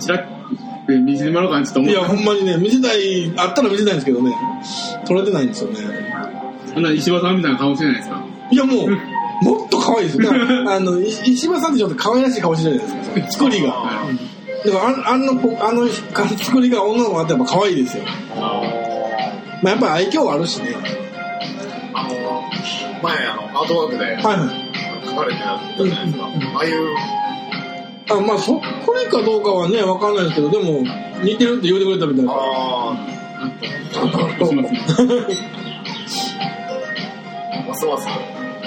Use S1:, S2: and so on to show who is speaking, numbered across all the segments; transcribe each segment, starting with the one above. S1: チラッて見せてもらおうかなちょっと思
S2: い
S1: っ
S2: や、ほんまにね、見せたい、あったら見せたいんですけどね、撮れてないんですよね。
S1: たほんなら石破さんみたいな顔してないですか
S2: いや、もう、もっと可愛いですよ。だからあの、い石破さんってちょっと可愛らしい顔してるじゃないですか、作りが。だからあ、あの、あの、作りが女の子だってやっぱ可愛いですよ。まあ、やっぱ愛嬌はあるしね。
S3: あの前あのアートワークで
S2: はいはい。
S3: 書かれてたじゃないですか、ああいう
S2: あまあ、そっくりかどうかはね、わかんないですけど、でも、似てるって言うてくれたみたいな。
S3: あ
S1: どうします
S3: あますます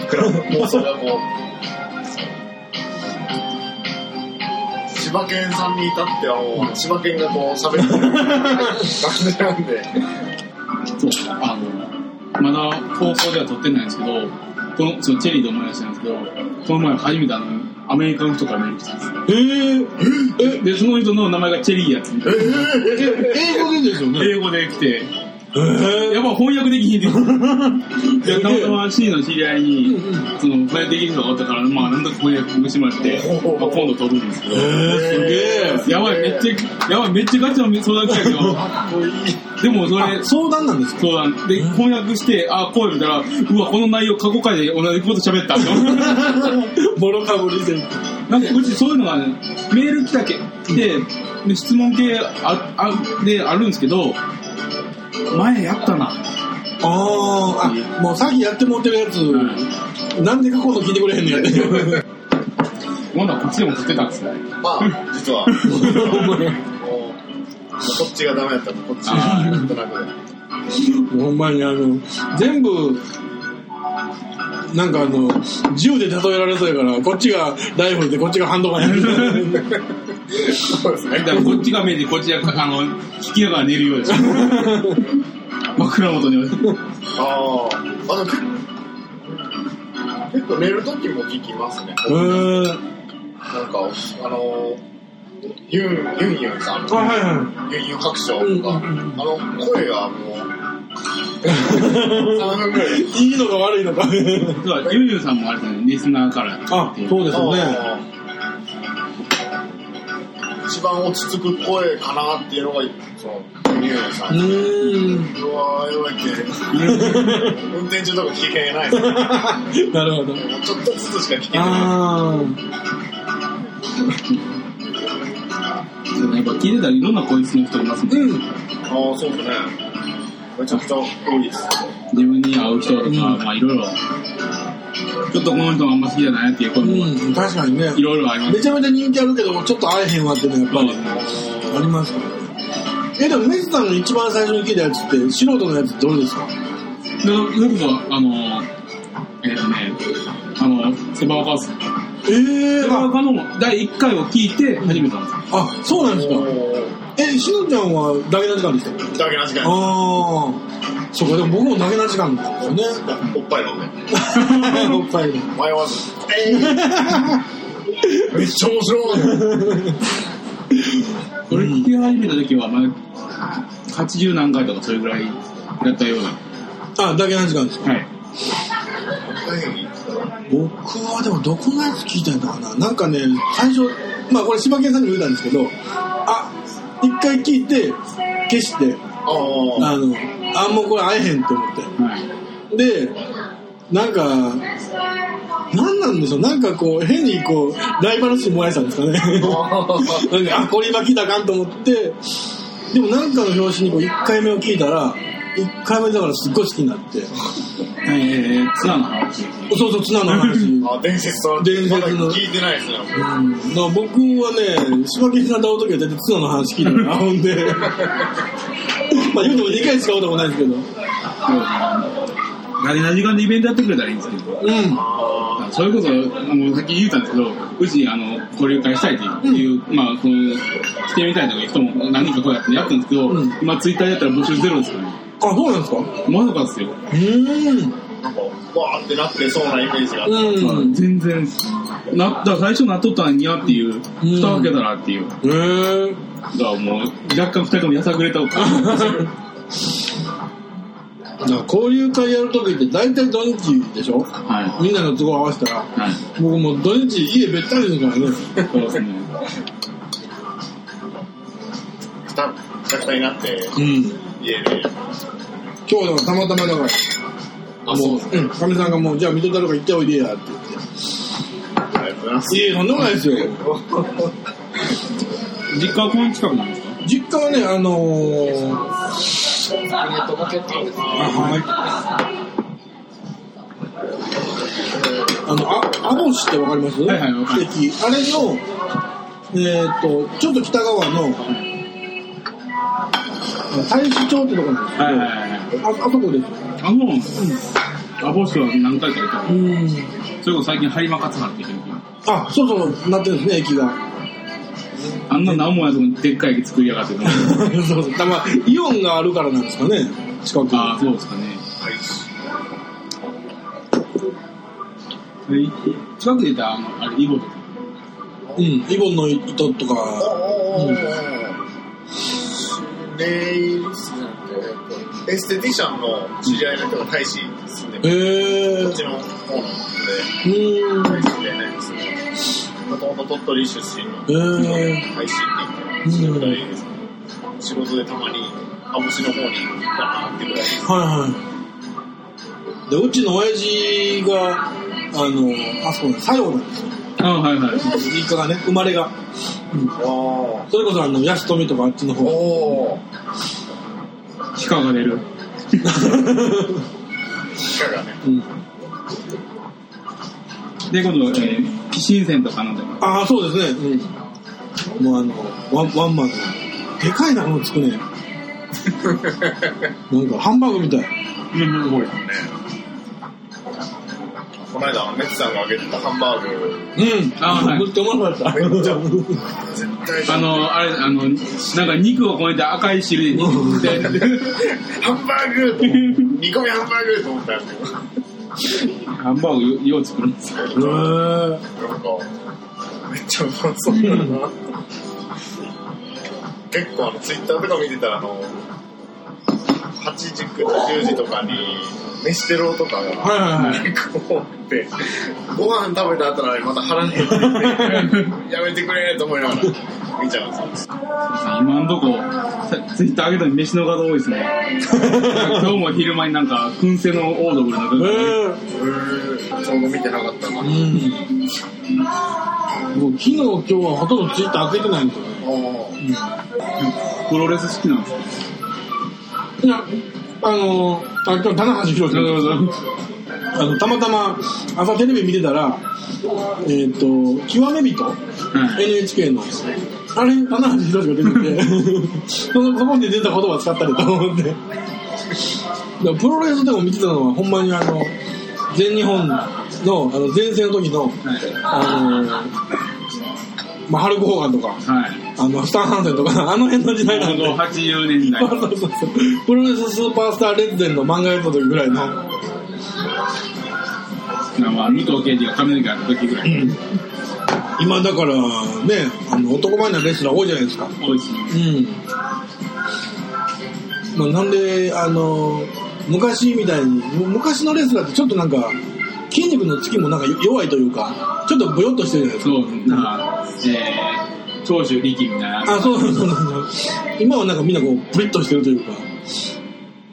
S3: 僕らの妄想がこう千葉県さんに至ってはもう千葉県がこう喋ってる感じなんで
S1: そう、あの、まだ放送では撮ってないんですけど、この、そのチェリーで思い出したんですけど、この前初めてあの、アメリカの人からメール来たんですよ
S2: えー、え、
S1: で、その人の名前がチェリーやつみたいな
S2: え、英語でですよね。
S1: 英語で来て、
S2: えー、
S1: やっぱ翻訳できひん で、で、たまたま C の知り合いに
S2: うん、
S1: その、翻訳できる人がおったから、まあ、なんとか翻訳してもらって、まあ、今度撮るんですけど
S2: え、ー、すげえ。
S1: やばい、めっちゃ、やばい、めっちゃガチの相談来たけど、
S3: かっこいい
S1: でもそれ
S2: あ、相談なんですか
S1: そうなんで、翻訳して、あ、こう見たら、うわ、この内容過去回で同じこと喋った。
S2: ボロかぶりで。
S1: なんかうちそういうのが、ね、メール来たけ、で、で質問系ああであるんですけど、前やったな。
S2: あーあ、もうさっきやってもってるやつ、なんでか今度聞いてくれへんのやって。
S1: まだこっちでも撮ってたんですね。
S3: まあ実は もうこっちがダメだったらこっちがなんとなく
S2: ほんまにあの、全部、なんかあの、銃で例えられそうやから、こっちがライフルでこっちがハンドガンやる。
S3: そうですね
S1: だからこっちが目で、こっちが、あの、聞きながら寝る ようです。枕元に置いて。
S3: ああ、あの、け結構寝るときも聞きますね。
S2: うーん。
S3: なんか、あの、ユン、ユンユンさん
S2: あ、はいは
S3: ユンユン白書とか、
S2: うんうん
S3: あの、声がもう、3分ぐらいで。
S2: い。いいのか悪いのか。
S1: そうだゆうゆうさんもあれですね、リスナーから。
S2: あ、そうですよね。
S3: あー一番落ち着く声かなっていうのが、その、ユンユンさ。
S2: うんーん。
S3: うわー、やばいって。運転中とか聞けないです。も
S2: なるほど。
S3: うちょっとずつしか聞けない。
S2: あー。
S1: やっぱ聞いてたらいろんな声質の人いますもんね。
S2: うん。
S3: ああ、そうですね。めちゃくちゃ多いです。
S1: 自分に合う人とか、
S2: うん
S1: まあいろいろ、ちょっとこの人があんま好きじゃないなっていう声も、
S2: うん、確かにね。
S1: いろいろあります
S2: めちゃめちゃ人気あるけど、ちょっと会えへんわってね、やっぱり。ありますからね。え、でも、メスさんの一番最初に聞いたやつって、素人のやつってどれですか
S1: でそれこそ、あの、えっ、とね、あの、セバワカス。
S2: え
S1: セ
S2: え
S1: バワ
S2: あ、
S1: カの第1回を聞いて始めたんですよ。
S2: あ、そうなんですか。え、しのちゃんはだけな時間でしたよ
S3: だけな時間
S2: ああ。そうか、でも僕もだけな時間だったん ですよね。
S3: おっぱい飲んで。
S2: おっぱいで。
S3: 迷わ ず。えー、めっちゃ面白い。
S1: これ聞き始めた時は、まあ、80何回とかそれぐらいだったような。
S2: あ、だけな時間ですか。
S1: はい。
S2: 僕はでもどこのやつ聞いたんだかななんかね最初まあこれ柴犬さんにも言ったんですけどあ一回聞いて消して
S3: ああ。
S2: あのあもうこれ会えへんって思っ
S1: はい。
S2: てでなんかなんなんでしょうなんかこう変にこうライバル心燃やしたんですかね なんかあこれ今聞いたらあかんと思ってでもなんかの表紙にこう1回目を聞いたら1回目だからすっごい好きになって
S1: はい、えー、ツアーの話。
S2: そうそうツナの話
S3: あ伝説は
S2: 伝説の
S3: まだ聞いてないですね。
S2: うんだから僕はね、柴犬さんと会うときは大体ツナの話聞いてる から、ほんで。まあ言うても2回しか会うともないですけど。
S1: 何な時間でイベントやってくれたらいいんですけど。
S2: う
S3: あ
S1: それこそ、もうさっき言ったんですけど、うち、あの、交流会したいっていう、まあ、この、来てみたいとかいう人も何人かこうやってやったんですけど、
S2: うん
S1: 今、ツイッターでやったら募集ゼロですからね。
S2: ん。あ、そうなんですか
S1: まさかですよ。
S2: う
S3: あ。なんか、わーってなってそうなイメージが。
S2: ん。うん。
S1: 全然、な、だから最初なっとったんやっていう、蓋を開けたらっていう。だか
S2: へー
S1: らもう、若干二人ともやさぐれた おか
S2: だから交流会やるときって大体土日でしょ
S1: は
S2: みんなの都合合わせたら。
S1: い。はい。
S2: 僕もう土日家べったりですからね。
S1: そうですね。
S3: くた、くたくたになって、
S2: うん。
S3: 家で。
S2: 今日だからたまたまだから、
S3: あ、
S2: も、
S3: そううですね。
S2: うん、かみさんがもう、じゃあ、水戸太郎が行っておいでや、って言って。
S3: ありがとうございます。
S2: いえ、とんでもないですよ。
S1: 実家はこの近くなんですか
S2: 実家はね、あのー、
S4: ネットかけってですね。
S2: あ、はい。あの、あ、アボシってわかります
S1: はいはいわかる
S2: 駅。あれの、えーっ、と、ちょっと北側の、大使町ってとこなんです
S1: はいはいはいはい。
S2: けど、あ、あそこです。
S1: あの、アボシは何回か行ったの
S2: うん。
S1: それこそ最近、播磨勝原って言ってる
S2: あ、そうそう、なってるんですね、駅が。
S1: あんな何もやとこにでっかい駅作りやがって。
S2: そうそう。だから、イオンがあるからなんですかね、近く。
S1: ああ、そうですかね。はい。近くで言ったら、あの、あれ、イボとか。
S2: うん、イボンの糸とか、
S3: おー。ネイルスなんて、エステティシャンの知り合いの人が大使住んで
S2: へ
S3: る。
S2: え
S3: こっちの方なんで、
S2: うん、
S3: 大使でないんですけど、もともと鳥取出身の
S2: へえ
S3: 配信っていうか、二人仕事でたまに、アボシの方に行くかなってぐらいです。
S2: はいはい。で、うちの親父が、あの、あそこの作用なんですよ。
S1: ああ、はいはい。
S2: 実家がね、生まれが。
S3: お
S2: それこそあの、安富とかあっちの 方。
S3: お
S1: 地下が出る。
S3: 地下がね、
S2: うん、
S1: で、今度、えー、紀新線とかなんだか
S2: ああ、そうですね。うん。もうあの、ワンワンマンの。でかいな、もうつ くね。なんか、ハンバーグみたい。
S1: すごい。
S3: この間、メッツさんがあげてたハンバーグ、
S2: うん。
S1: あーはい
S2: ぶって思わなかった。
S3: めっちゃ大
S1: あの、あれ、あの、なんか肉をこねて赤い汁で肉って。
S3: ハンバーグと煮込みハンバーグと思ったんですけど、なん
S1: ハンバーグよよう作るんですよ。
S2: へえ。
S3: か、めっちゃうまそうだな。結構あの、ツイッターとか見てたら、あの、8時か10時とかに、飯テロとかが、
S2: はいはいはい。
S3: 結構って、ご飯食べた後なのにまた腹減って、やめてくれと思いながら見ちゃうんですよ。
S1: 今んとこ、ツイッター上げたのに飯の画像多いです ね。今日も昼間になんか、燻製のオードブルな
S2: へ
S1: 感じ
S2: え。
S3: ちょうど見てなかったな。
S2: うん。もう昨日今日はほとんどツイッター開けてないんですよね。
S3: おー
S1: プロレス好きなんですか
S2: いや、あのー、あ、今日棚橋宏
S1: そう
S2: さ
S1: そう
S2: あの、たまたま朝テレビ見てたら、えっ、と、極め人、
S1: は
S2: NHK の、あれ、棚橋宏が出てて、その、そこで出た言葉使ったりと思って。だからプロレスでも見てたのは、ほんまにあの、全日本の、あの、前世の時の、
S1: い。
S2: あのー、まあ、ハルク・ホーガンとか、
S1: はい。
S2: あの、スタンハンセンとか、あの辺の時代なんで。
S1: 80年 代
S2: そ。うそうそうそう。プロレススーパースター列伝の漫画やった時ぐらい
S1: ま
S2: の。
S1: あ、武藤刑事が髪の毛あった時ぐらい。
S2: 今だから、ね、あの、男前なレスラー多いじゃないですか。
S1: 美味しい。
S2: うん。まあ、なんで、あの、昔みたいに、む昔のレスラーってちょっとなんか、筋肉のつきもなんか弱いというか、ちょっとブヨっとしてるじゃないですか。
S1: そう、なんか、えー、長州力みたいな。
S2: あ、そうそうそうそう。今はなんかみんなこう、プリッとしてるというか、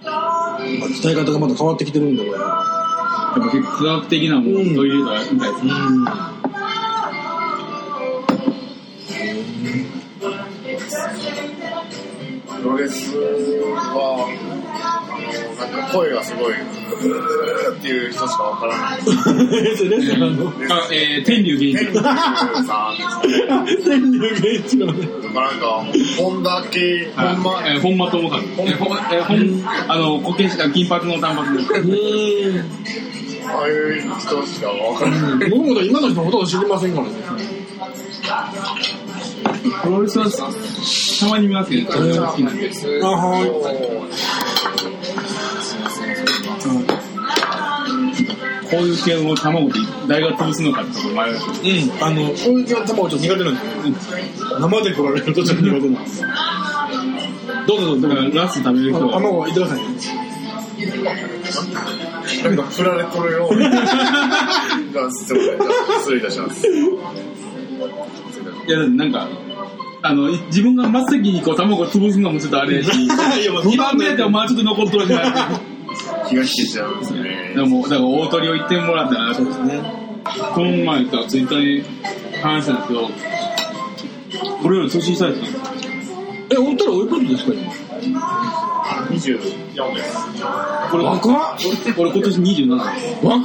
S2: まあ、伝え方がまだ変わってきてるんだから。
S1: やっぱ結構科学的なものを取り入れたみたい ですね。
S2: うん。
S3: プロレスは、あの、なんか声がすごい、うーっていう人しかわからない。
S2: レスラーの。
S1: あ、えー、天竜
S3: 天
S1: 源一。
S3: 竜さんですかね
S2: 天竜源一郎ね。
S3: とかなんか、本田系、
S1: はい
S3: 本間、
S1: えー、本間智和。えー、ほん、えー、ほん、あの、こけし、あ金髪の短髪の。
S2: うん。
S3: ああいう人しかわからない。
S2: 僕も今の人ほとんど知りませんからね。
S1: プロレスは、たまに見ますけど、めちゃくちゃ好きなんで。
S2: あ、はい。
S1: こういう系の卵って誰が潰すのかってところ迷いますよね。
S2: うん。あの、攻撃の球をちょっと苦手なんですよね。生で来られるとちょっと苦手なんです。どうぞどうぞ。
S1: だから、ラス食べる人
S2: あ
S1: は。
S2: 卵をいってくださいね。
S3: なんか振られとるような。失礼いたします。
S1: いや、だってなんか、あの、い自分が真っ先にこう、卵潰すのもちょっとあれやし、
S2: いやもう
S1: 2番目やったらまあちょっと残っとるじゃない
S3: 気が引けちゃうんです
S1: で
S3: ね
S1: すか。でも、だから大鳥を言ってもらったら、
S2: そうですね。
S1: この前かツイッターに話したんですけど、俺より年下やったんですよ
S2: え、おったらおいくつですか今
S3: 24です
S1: これ
S2: 若っ
S1: 俺今年27です。
S2: 若っ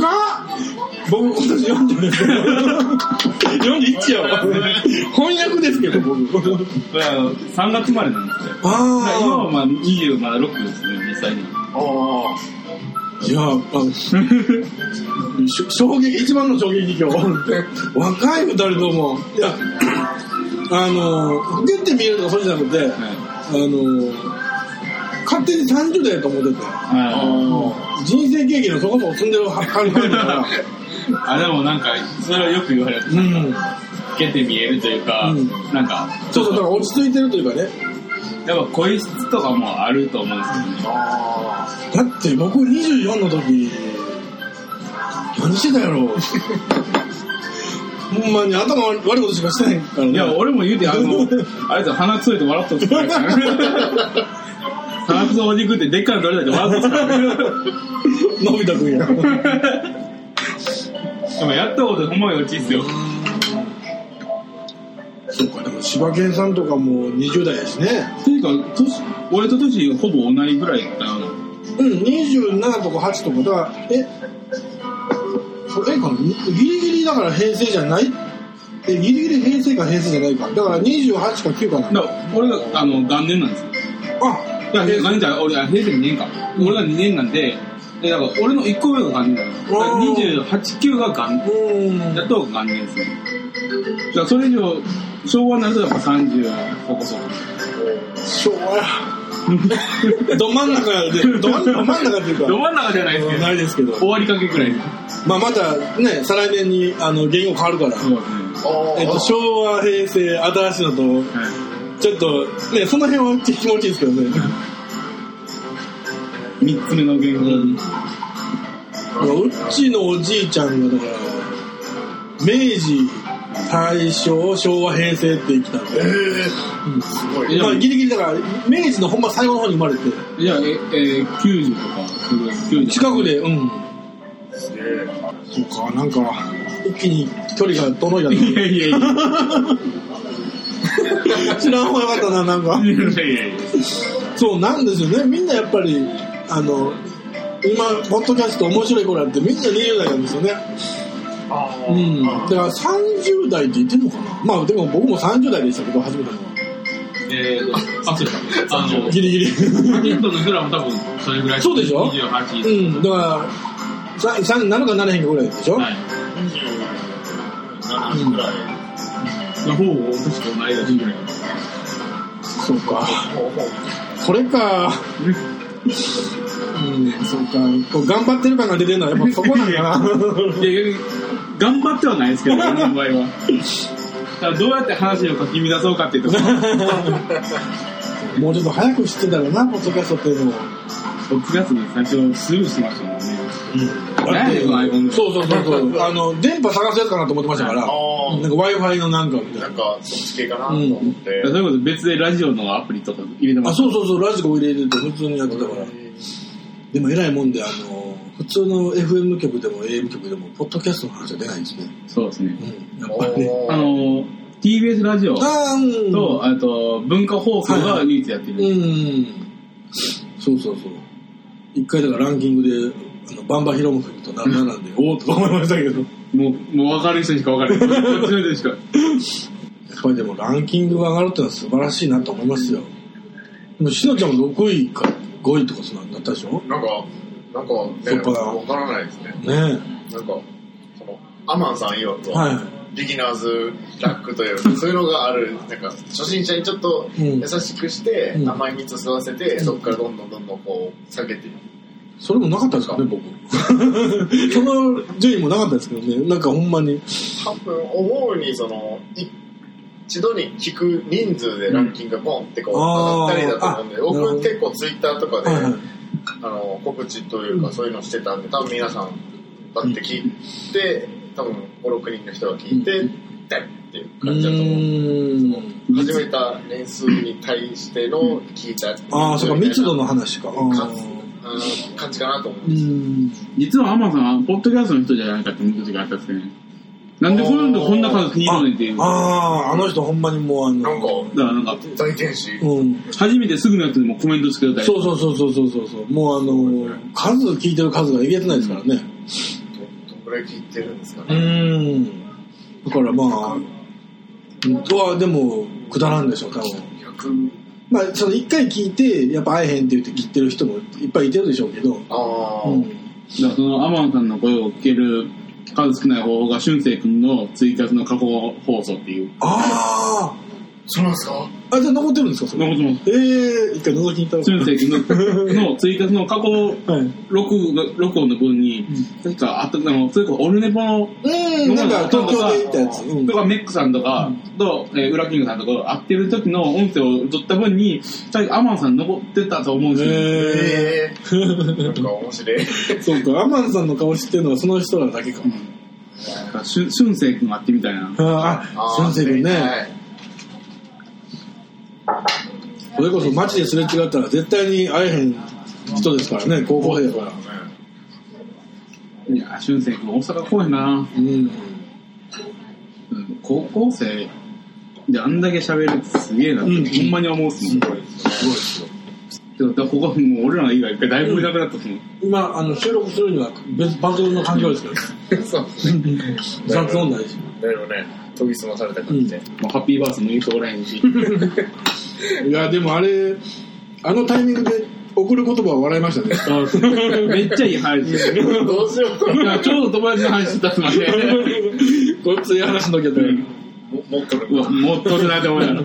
S2: 僕今年40ですけど。41やわ。翻訳ですけど、僕。
S1: これあの、3月生まれなんですよ。だから今は
S2: あ
S1: まあ20、まだ6ですね、実際に。
S3: あ
S2: あ。いや、あし衝撃、一番の衝撃今日。若い二人とも。いや、あの、老けて見えるとかそうじゃなくて、
S1: は
S2: あの、勝手に30代やと思ってて。
S1: いはい
S2: 人生経験のそこも積んでるはるかだから。
S1: あ、でもなんか、それはよく言われる。
S2: うん。
S1: 老けて見えるというか、
S2: うん
S1: なんか、
S2: ちょっとだから落ち着いてるというかね。
S1: やっぱ声質とかもあると思うんですけどね。
S3: あ
S2: だって僕24の時、何してたやろ ほんまに頭悪いことしかしてないからね。
S1: いや、俺も言うて、あの、 あれだ、鼻くそいて笑っとったからね。鼻くそお肉ってでっかいの取れたって笑っとったからね。
S2: のび太くんや。
S1: でもやったことほんまに落ちいっすよ。
S2: そうか、でも柴犬さんとかも20代やしね。
S1: ていうか、年、俺と年ほぼ同いぐらいだったよう
S2: うん、27とか8とか、だから、え、これええかなギリギリだから平成じゃないえ、ギリギリ平成か平成じゃないか。だから28か9かな。
S1: な。だから俺が、あの、元年なんですよ。
S2: あ、
S1: だから、何だ、俺、あ平成2年か。俺が2年なんで、で、だから俺の1個上が元年だよ。だから
S2: おー
S1: 28、9が元年。
S2: うん。
S1: だと元年ですね。だからそれ以上、昭和になるとやっぱ30そこそこ。
S2: 昭和や。 ど真ん中やで、 ど真ん中っていうか。
S1: ど真ん中じゃないですけど、
S2: ないですけど。
S1: 終わりかけぐらい。
S2: まあまたね、再来年にあの言語変わるから。
S1: そうですね。
S3: あ
S2: えっと、昭和、平成、新しいのと、
S1: は
S2: ちょっと、ね、その辺は気持ちいいですけどね。
S1: い。3つ目の言語。
S2: うちのおじいちゃんが、だから、明治、大正、昭和、平成って生きたんで。
S3: すごい
S1: いや
S2: まあ、ギリギリだから、明治のほんま最後の方に生まれて、
S1: いや、え、えー、90とか、すごい、90。
S2: 近くで、うん。
S3: すげえ
S2: そうか、なんか、一気に距離が遠のいた
S1: い
S2: ね
S1: やいやいやいや
S2: 知らん方がよかったな、なんか。
S1: いやいやいや。
S2: そうなんですよね。みんなやっぱり、あの、今、ポッドキャスト面白い子なんてみんな20代なんですよね。
S3: ああ
S2: うん。だから30代って言ってんのかなまあでも僕も30代でしたけど、初めてのは。
S1: えーと、あ、そうか。あの、
S2: ギリギリ。
S1: パキットの人らも多分、それぐらい。
S2: そうでしょ
S1: ?28。
S2: うん。だから、ささなるかならへんかぐらいでしょ、
S1: はい。
S3: 27くらい
S1: ほぼ、確か同い年ぐらい。
S2: そうか。これか。うん、そうか。こう頑張ってる感が出てるのはやっぱそこなん や
S1: い
S2: な。
S1: やいや頑張ってはないですけど、俺の場合は。だからどうやって話をかき乱そうかっていうところ、
S2: もうちょっと早く知ってたらな、ポッドキャストっていうのを。
S1: 6月に最初スルーしてましたもんね。
S2: だっ
S1: 何やねん
S2: て
S1: この iPhone
S2: そうそうそうそう。あの、電波探すやつかなと思ってましたから、なん
S3: あ
S2: か Wi-Fi のなんかみたい
S3: な
S2: な。
S3: んかそっち系かなと思って、
S1: だからそういうこと別でラジオのアプリとか入れてま
S2: あ、
S1: す。
S2: そうそうそう、ラジコ入れてて普通にやってたから。でも偉いもんで、あの、普通の FM 局でも AM 局でも、ポッドキャストの話は出ないんですね。
S1: そうですね
S2: う。ん。やっ
S3: お
S2: ぱりね。
S1: あの、TBS ラジオと、
S2: あーうん。
S1: あと、文化放送が唯一やってる。
S2: うん。そうそうそう。一回だからランキングで、あのバンバヒロム君とな7なんで、おおっと思いましたけど。や
S1: もう、もう分かる人にしか分からない。こっちの人にしか。
S2: っぱりでもランキングが上がるってのは素晴らしいなと思いますよ。でも、しのちゃんも6位か5位とかそんなんだったでしょ
S3: なんかなんか
S2: そ
S3: ね
S2: っから
S3: わからないですね
S2: ねえ。
S3: なんかそのアマンさん曰く
S2: はい。
S3: ビギナーズラックというかそういうのがあるなんか初心者にちょっと
S2: うん
S3: 優しくして、
S2: うん
S3: 甘い蜜を吸わせて、そこからどんどんどんどんこう下げていく
S2: それもなかったですかね、 僕。その順位もなかったですけどね、なんかほんまに。
S3: 多分思うにそのい一度に聞く人数でランキングがボンってこう
S2: うん
S3: 上がったりだと思うんで
S2: あーなるほど
S3: 僕結構ツイッターとかで、
S2: はいはい
S3: あの告知というかそういうのしてたんで多分皆さんだって聞いて多分56人の人が聞いて「誰ってっていう
S2: う
S3: 感じだと思う。
S2: ーん。
S3: 始めた年数に対しての聞いた、
S2: ああ、そうか、密度の話か。あ
S3: 感
S2: ー
S3: うん感じかなと思う
S2: う。ん。
S1: 実はアマさんは、ポッドキャストの人じゃないかって思った時があったんですね。なんでこんなこんな数気に入るねんっていう。だか
S2: ああ、あの人ほんまにもうあの、
S3: なんか、
S1: らなんか、
S3: 大天使
S2: うん。
S1: 初めてすぐのやつでもコメントつけたり。
S2: そうそうそうそうそうそうそう。もうあの、数聞いてる数がえげつないですからね。
S3: どんぐらい聞いてるんですか
S2: う
S3: ね。
S2: ーん。だからまあ、うんとはでも、くだらんでしょう、多分。
S3: 100、
S2: まあ、その一回聞いて、やっぱ会えへんって言って切ってる人もいっぱいいてるでしょうけど。
S3: ああ、
S2: うん。
S1: だからそのアマンさんの声を聞ける数少ない方法が俊く君のツイキャスの過去放送っていう。
S2: あ
S3: そうなんですか
S2: ああ、じゃあ残ってるんですか、それ。
S1: まあもちろん
S2: ええ一回覗きに行った
S1: 俊く君ののツイキャスの過去
S2: はい。
S1: 録画録音の分に、確かあったあの、それこそオルネポの、
S2: うん、なんか東京で行ったやつ。うん
S1: とかメックさんとか、と、えー、ウラキングさんとか会ってる時の音声を取った分に、確かアマンさん残ってたと思うんですよ。
S2: え
S3: ええなんか面白 い。
S2: ー、そうか、アマンさんの顔知ってるのはその人らだけか。
S1: だから俊く君会ってみたいな。
S2: ああ、
S3: あー
S2: 俊君
S3: は
S2: ね。
S3: い
S2: それこそ街ですれ違ったら絶対に会えへん人ですからね、高校生だから。
S1: いや、俊く君大阪公演だな。
S2: うん。
S1: うん高校生であんだけ喋るってすげえなって、
S2: うん
S1: ほんまに思うっすもん。
S2: すごいですよ。
S1: でもだからここはもう俺ら以外一回だいぶいなくなったっすもん。
S2: 今、あの、収録するには別、抜群の環境です けど、
S3: そう。
S2: 雑音ないし。
S3: だいぶね、研ぎ澄まされた感じで。
S1: まあ、ハッピーバースも言うとこら へんし。
S2: いや、でもあれ、あのタイミングで送る言葉は笑いました ね。
S1: めっちゃいい 話ですよ。
S3: どうしよう。
S1: いやちょうど友達の話したっす もんね。
S2: こいつええ話のけど、
S3: ももっと
S1: うわ、
S3: ね、
S1: もっとるなって思いながら。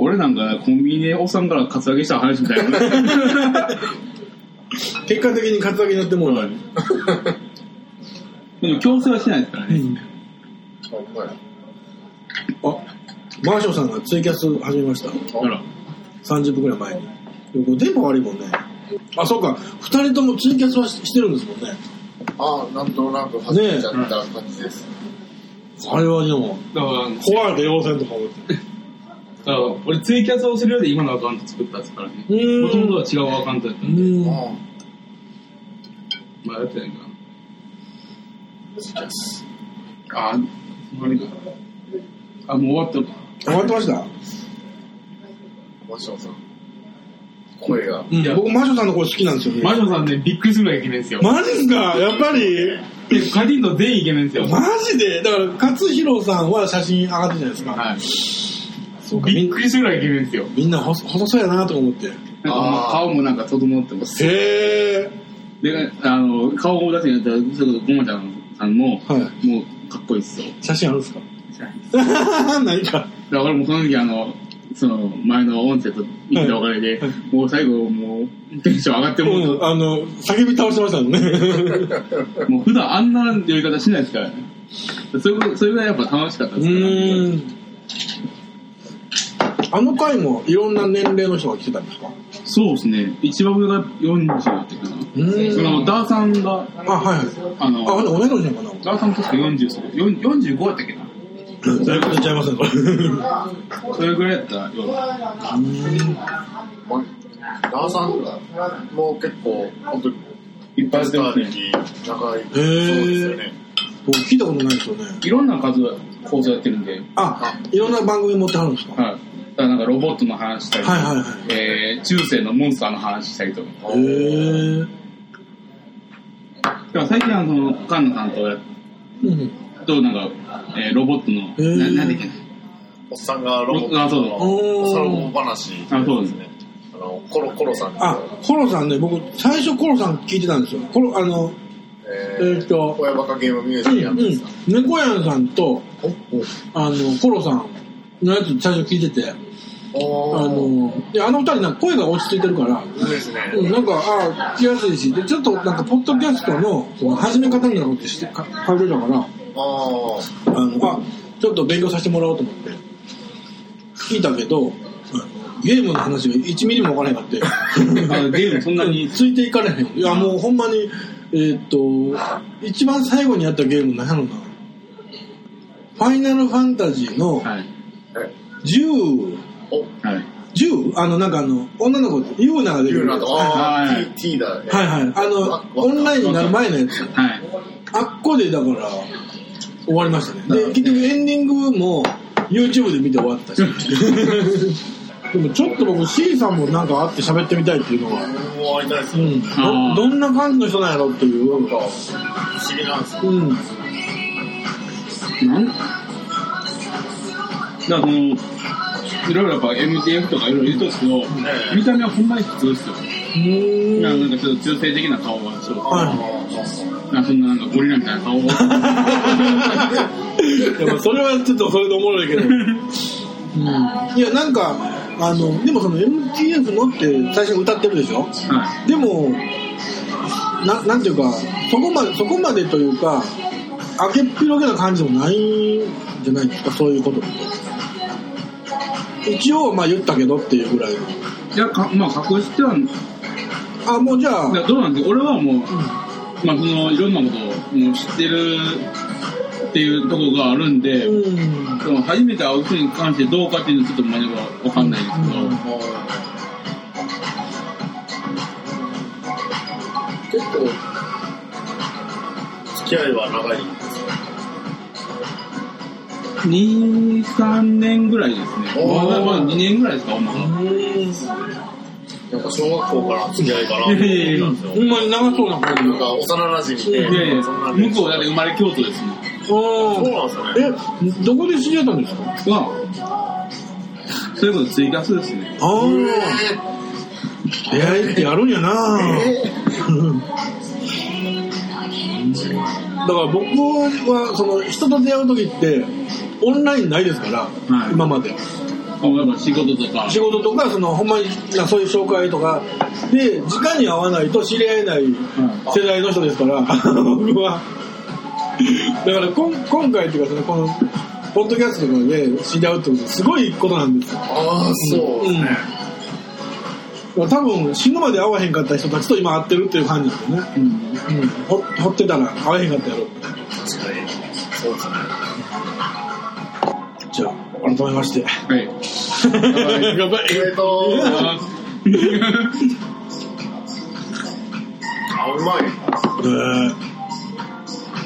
S1: 俺なんかコンビニでおっさんからカツアゲした話みたいな。
S2: 結果的にカツアゲになってもらう。
S1: でも強制はしないですからね。
S3: ほんまや
S2: あ、マーションさんがツイキャス始めました。
S1: だから、
S2: 30分くらい前に。でも電波悪いもんね。あ、そうか。二人ともツイキャスはししてるんですもんね。
S3: ああ、なんとなく始めちゃった感じです。
S2: あれはでも、
S5: だから、
S2: 怖いで要線とか思って。
S5: だから俺ツイキャスをするようで今のアカウント作ったんですからね。
S2: うーん
S5: もともとは違うアカウントだった
S2: うん
S5: で、
S2: ん。
S3: あ
S2: あ
S3: あ
S5: まあやってないかな。
S1: あ、あれか。あ、もう終わった。
S2: 終わってました、
S3: マシオさん。声が。
S2: うん、僕、マーションさんの声好きなんですよね。
S5: マジョさんね、びっくりするぐらいイケメンですよ。
S2: マジっすかやっぱり
S5: で、カティンと全員イケメンですよ。
S2: マジでだから、勝弘さんは写真上がってるじゃないですか。
S5: はい。
S2: そうかみ
S5: びっ
S2: ん
S5: くりするぐらいイケメンですよ。
S2: みんな細細そうやなとか思って。
S1: なんかもう顔もなんか整ってます。
S2: へえ。
S1: で、あの、顔を出してやったら、それこそごまちゃんさんも、
S2: は
S1: もうかっこいいっすよ。
S2: 写真あるんですか
S1: 知らない
S2: 何か。
S1: だから俺もその時あの、その前の音声と言ったおかげで、
S2: はいは
S1: もう最後もうテンション上がって
S2: で
S1: もう、
S2: も、あの、叫び倒してましたもんね。
S1: もう普段あんな呼び方しないですからね。それこそそれぐらいやっぱ楽しかった
S2: う
S1: ですから、
S2: ーん。あの回もいろんな年齢の人が来てたんですか
S1: そうですね。一番上が40だったかな。
S2: う
S1: そ
S2: ーん。
S1: のダーさんが、
S2: あ、はいはい。
S1: あ
S2: あ、ほん
S1: の、
S2: で同い年なのか
S1: ダーさんも確か40そう、4 45やったっけな。
S2: なだいぶちゃいますね、これ。
S1: それぐらいやったような。
S3: まダーさんも結構、本当に、
S1: いっぱい出てますね。
S3: 長い。そうですよ
S2: へ
S3: ね
S2: え。。僕聞いたことないですよね。
S1: いろんな数構造やってるんで、はい。
S2: あ、いろんな番組持ってはるんですか
S1: だからなんかロボットの話したり、
S2: はいはいはい。
S1: えー、中世のモンスターの話したりとか。
S2: へえ。
S1: でも最近あの、菅野さんとやっ
S2: うん。
S1: と、なんか、えーロボットの、
S2: ー
S1: ななんだっけな
S3: おっさんがロボット
S1: あそうだ
S2: おー
S3: の、おっさんロボ話。
S1: あ、そうですね。
S3: ね。あの、コロコロさん。
S2: あ、コロさんね、僕、最初コロさん聞いてたんですよ。コロ、あの、
S3: え
S2: えーっと
S3: 親バカゲームミュー
S2: うん、
S3: ジアム
S2: う
S3: です
S2: ん
S3: か。、
S2: 猫やんさんと、あの、コロさんのやつ最初聞いてて、あ
S3: おー
S2: の、で、あの二人なんか声が落ち着いてるから、
S3: そうですね。
S2: うん、なんか、ああ、聞きやすいし、で、ちょっとなんか、ポッドキャストの、その、始め方みたいなことして、か書いてたから、
S3: あ
S2: あの、あ、ちょっと勉強させてもらおうと思って、聞いたけど、ゲームの話が1ミリも分からへんかって。
S1: あのゲームそんなに、
S2: ついていかれへん。いや、もうほんまに、えーっと、一番最後にやったゲーム何やろな。ファイナルファンタジーの
S1: はい。
S2: 10、
S3: お、
S1: はい。
S2: 10? あの、なんかあの、女の子って、ユーナが出て
S3: 言
S2: くる
S3: うな
S2: やつ。
S3: と。
S2: は
S3: あ
S1: は
S3: あ
S1: い、
S3: T、T だね。
S2: いはい。あ
S3: わ
S2: の、オンラインになる前のやつ。
S1: はい。
S2: あっこでだから、終わりましたね。で、結局エンディングも YouTube で見て終わった し。でもちょっと僕 C さんもなんか会って喋ってみたいっていうのは、
S3: もう終わりたいです
S2: う
S3: よ。
S2: ん、
S1: あー
S2: どどんな感じの人なんやろっていう、うん、
S3: なんか不思議なんですよ。
S1: なんだからその、いろいろやっぱ MTF とかいろいろ言うとですけど、
S3: え
S1: 見た目はほんまに普通ですよ。
S2: うん
S1: なんかなんかちょっと中性的な顔がそう
S2: はい
S1: なんかそんななんかゴリラみたいな顔を。
S2: いやまあそれはちょっとそれでおもろいけど、いやなんかあのでもその MTF のって最初に歌ってるでしょ
S1: は
S2: でもななんていうかそこまでそこまでというか開けっぴろげな感じもないんじゃないですかそういうことって一応まあ言ったけどっていうぐらいの
S1: い。いや、かまあ隠しては、
S2: あもうじゃあ
S1: いやどうなんですか俺はもう、まあそのいろんなことをもう知ってるっていうとこがあるんで、
S2: うん
S1: その初めて会う人に関してどうかっていうのはちょっとまだわかんないですけど、
S4: 結構、
S3: 付き合いは長い。
S1: 2、3年ぐらいですね。
S3: おー
S1: まだまだ2年ぐらいですか、お前は。
S3: なんか小学校から付き合いかなと思っ
S1: いやいや
S3: て
S1: いや
S3: たんですよ
S2: ほ。んまに長そうな感じ
S3: なんか幼馴
S1: い
S3: 染み
S1: やい
S3: で、
S1: や、
S3: そんなね
S1: 向こうだって生まれ京都ですもん。
S2: そ
S3: そうなんですよね。
S2: えどこで知り合ったんですか
S1: は、そういうことツイキャスですね。
S2: ああ出会いってやるんやなうんだから僕はその人と出会う時ってオンラインないですから、
S1: い
S2: 今まで
S1: やっぱ仕事とか。
S2: 仕事とかそのほんまになそういう紹介とかで時間に合わないと知り合えない世代の人ですから僕はだからこん今回っていうかそのこのポッドキャストとかで知り合うってことすごいことなんですよ
S3: ああ、そうですね。
S2: 多分死ぬまで会わへんかった人たちと今会ってるっていう感じですよね、
S1: うん
S2: うん、ほ掘ってたら会えへんかったやろ
S3: 確かに。そうですね。
S2: じゃあ改めまして
S1: はい。
S2: 乾杯
S3: えっと、
S1: あ
S3: あ、うまい。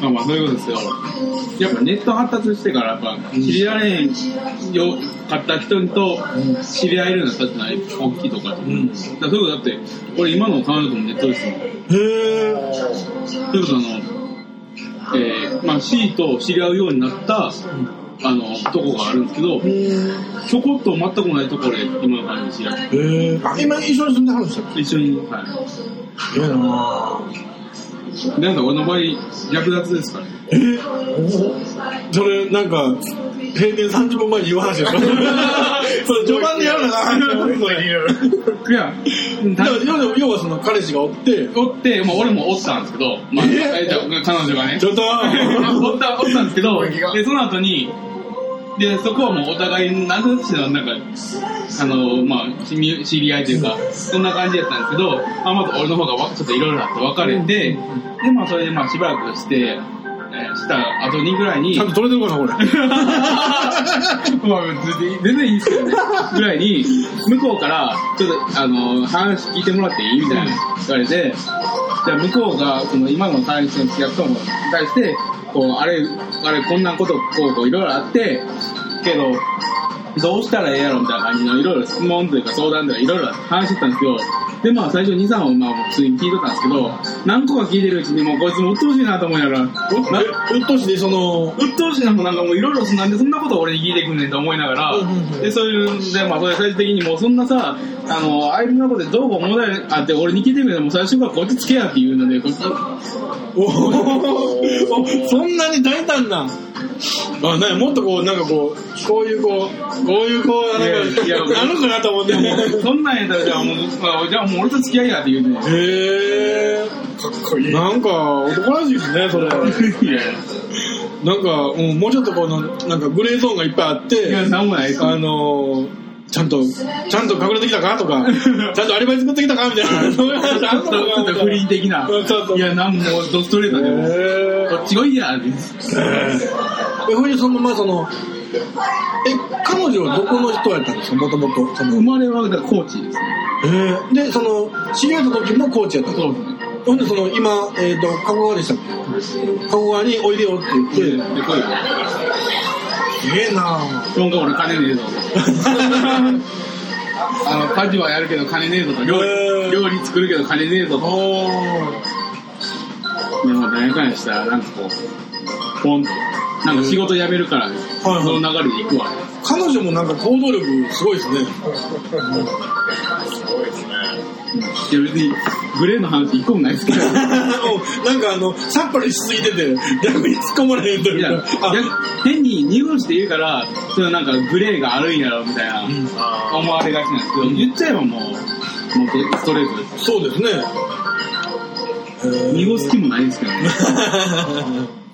S1: まあまあ、そういうことですよ。やっぱネット発達してから、やっぱ知り合えんよかった人と知り合えるようになったってのは大きいとか。
S2: ん
S1: だからそういうことだって、俺今の彼女もネットですもん。
S2: へえ
S1: ということであの、えーまあ、C と知り合うようになった、あの、とこがあるんですけど、ちょこっと全く同じところで今の感じで知り合っ
S2: へえあ今一緒に住んではるんですよ
S1: て、一緒に、はい。
S2: ええな
S1: なんか俺の場合、略奪ですからね。
S2: えそれなんか閉店30分前に言う話 でしょそれ序盤でやるのがそれ
S1: いや、
S2: だから要は要はその彼氏がおって
S1: おって、まあ、俺もおったんですけど、まあ、
S2: え
S1: えじゃあ彼女がね
S2: ち、ょっ と
S1: おった、おったんですけど、
S3: 攻撃が
S1: で、その後に、で、そこはもうお互い、なんかしの、なんか、あの、まあ、知り知り合いというか、そんな感じやったんですけど、まあ、まず俺の方がわちょっといろいろあって別れて、で、まあ、それで、まあ、しばらくして、えーした後にぐらいに
S2: ちゃ、んと取れてるかなこれ
S1: まあ別に全然いいですよね。ぐらいに、向こうから、ちょっと、あの、話聞いてもらっていいみたいな言われて、じゃあ向こうが、その今の彼氏の付き合ったのに対して、こう、あれ、あれ、こんなこと、こう、こう、いろいろあって、けど、どうしたらええやろみたいな感じの、いろいろ質問というか相談とかいろいろ話してたんですけど、で、まあ最初2、3をまあ普通に聞いとったんですけど、何個か聞いてるうちにもうこいつも鬱陶しいなと思いながら、な
S2: うっとうしでその
S1: 鬱陶しいなもなんかもういろいろなんでそんなこと俺に聞いてくんねんと思いながら、
S2: うんうんうん
S1: でそういうでまあそれ最終的にもうそんなさあのあいつのことでどうこう思われるあって俺に聞いてくれてもう最初からこっちつけやって言うのでこっち
S2: おお そんなに大胆なあなもっとこうなんかこうこういうこうこういうこうなんか
S1: いやいや
S2: なのかなと思って
S1: でもそんなんやったらじゃあもうあじゃあもう俺と付き合いやって言う ねん
S2: へえ
S3: かっこいい。
S2: なんか男らしいですねそれ
S1: いや
S2: なんか、うん、もうちょっとこのなんかグレーゾーンがいっぱいあっ
S1: いや
S2: て
S1: なんもないです
S2: あのーちゃんとちゃんと隠れてきたかと かちゃんとアリバイ作ってきたかみたいなそういう話あ
S1: ちょ
S2: ん
S1: っ
S2: の
S1: とちょっ
S2: か
S1: と不倫的な
S2: うんちょっと
S1: いやなんもうドストレートでもう
S2: へ
S1: こっち来いやって
S2: ええ、ほいでそのままその、え、彼女はどこの人やったんですかもともと。そ
S1: 生
S2: の、
S1: まれはだから高知ですね。
S2: えー、で、その、知り合った時もコーチやったんです
S1: そ
S2: か
S1: うですね。
S2: ほんで、その、今、えっ、と、加古川でしたっけ加古川においでよって言って、
S1: で、来いよ。
S2: すげえなぁ。
S1: そんか俺金 ねえぞ。あの、家事はやるけど金ねえぞと、料
S2: へ
S1: 理、
S2: ー
S1: 料理作るけど金ねえぞと。
S2: おー。
S1: でも何やかんやしたら、なんかこう、ポンと。なんか仕事辞めるから、
S2: はい
S1: その流れで行くわ。
S2: 彼女もなんか行動力すごいですね。
S3: すごいですね。
S1: いや別に、グレーの話一個もない ですけど。
S2: おなんかあの、さっぱりしすぎてて、逆に突っ込まれへんとい
S1: み
S2: う
S1: たいな
S2: か。あ
S1: 逆変に濁して言うから、そのなんかグレーがあるんやろみたいな、
S3: あ
S1: 思われがちなんですけど、言っちゃえばもう、もうストレートです。
S2: そうですね。 えー
S1: 濁す気もないんですけどね。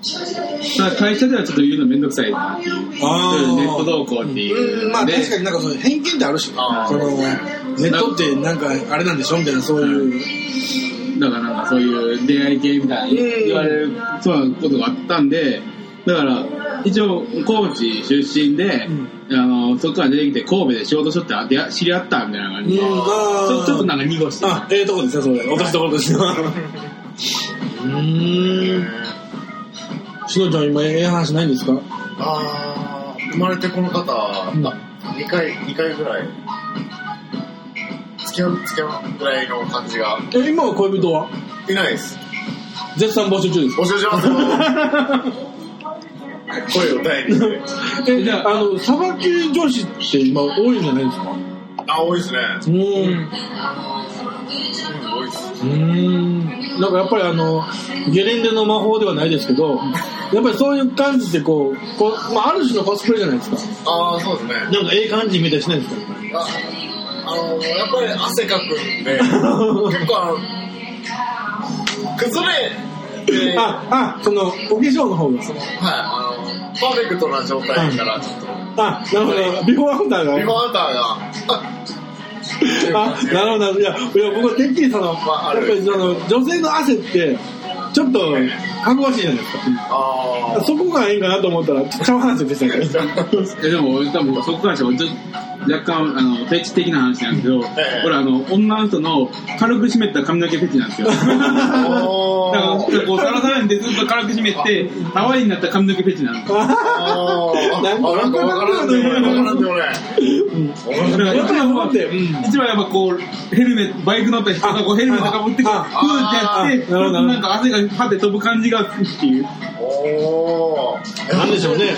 S1: ただ会社ではちょっと言うのめんどくさいなっていう。
S2: あー
S1: ネット動向っていう。
S2: うん、まあ
S1: で
S2: 確かになんかその偏見ってあるしね
S3: あー
S2: そのネットってなんかあれなんでしょみたいなそういう
S1: だからなんかそういう出会い系みたいに言われる、そうなことがあったんで、だから、一応、高知出身で、あの、そこから出てきて、神戸で仕事しとってあ出会、知り合ったみたいな感じで、
S2: うんあー
S1: ちょちょっとなんか濁してる、
S2: あええとこですねそれ落としどころですねうーんしのちゃん今ええ話ないんですか
S3: ーあー、生まれてこの方、2回、二回ぐらい。付き合う、付き合うぐらいの感じが。
S2: え今は恋人はい
S3: ないです。
S2: 絶賛募集中です
S3: 募集しますよ声を大にして。
S2: えじゃああのさばき女子って今多いんじゃないですか
S3: あ、多いですね。
S2: うーん
S3: うん、多いです。
S2: うーんなんかやっぱりあのゲレンデの魔法ではないですけどやっぱりそういう感じでこうこう、まあ、ある種のコスプレじゃないですか
S3: ああ、そうですね。
S2: なんかええ感じみたいしないですか
S3: ああのやっぱり汗かくんで、結構あの、崩れて、はい、
S2: あ、あ、その、お化粧の方が。
S3: あの、パーフェクトな状態から、ちょっと、
S2: あ、なるほど。ビフォーアフター
S3: リ
S2: が。
S3: バーターが、あ
S2: あ、なるほどなるほど。いや、いや僕はてっきりその、
S3: ああ
S2: やっ
S3: る
S2: ぱりその、女性の汗って、ちょっと、かぐわしいじゃないですか。
S3: あ
S2: そこがいいんかなと思ったら、ちっちゃい話でしたけど。
S1: いやでも俺多分そこからしてはちょっと若干あのフェチ的な話なんですけど、
S3: ええ
S1: 俺あの女の人の軽く湿った髪の毛フェチ なんですよ。だ
S3: ー
S1: か
S3: お
S1: ら
S3: ー
S1: こうサラサラにでずっと軽く湿ってハワイになった髪の毛フェチなんですよ。
S3: あー
S2: な
S3: あ、
S2: んか
S3: なんかわからんでもない、わからんでもない。
S1: だから
S2: やっぱり思って、うん。
S1: 一番やっぱこうヘルメットバイク乗った人がこうヘルメットかぶってこう
S2: あ
S1: ふーってやって
S2: あなるほど
S1: なんか汗がパって飛ぶ感じが好きっていう。
S3: おー
S2: なんでしょうね、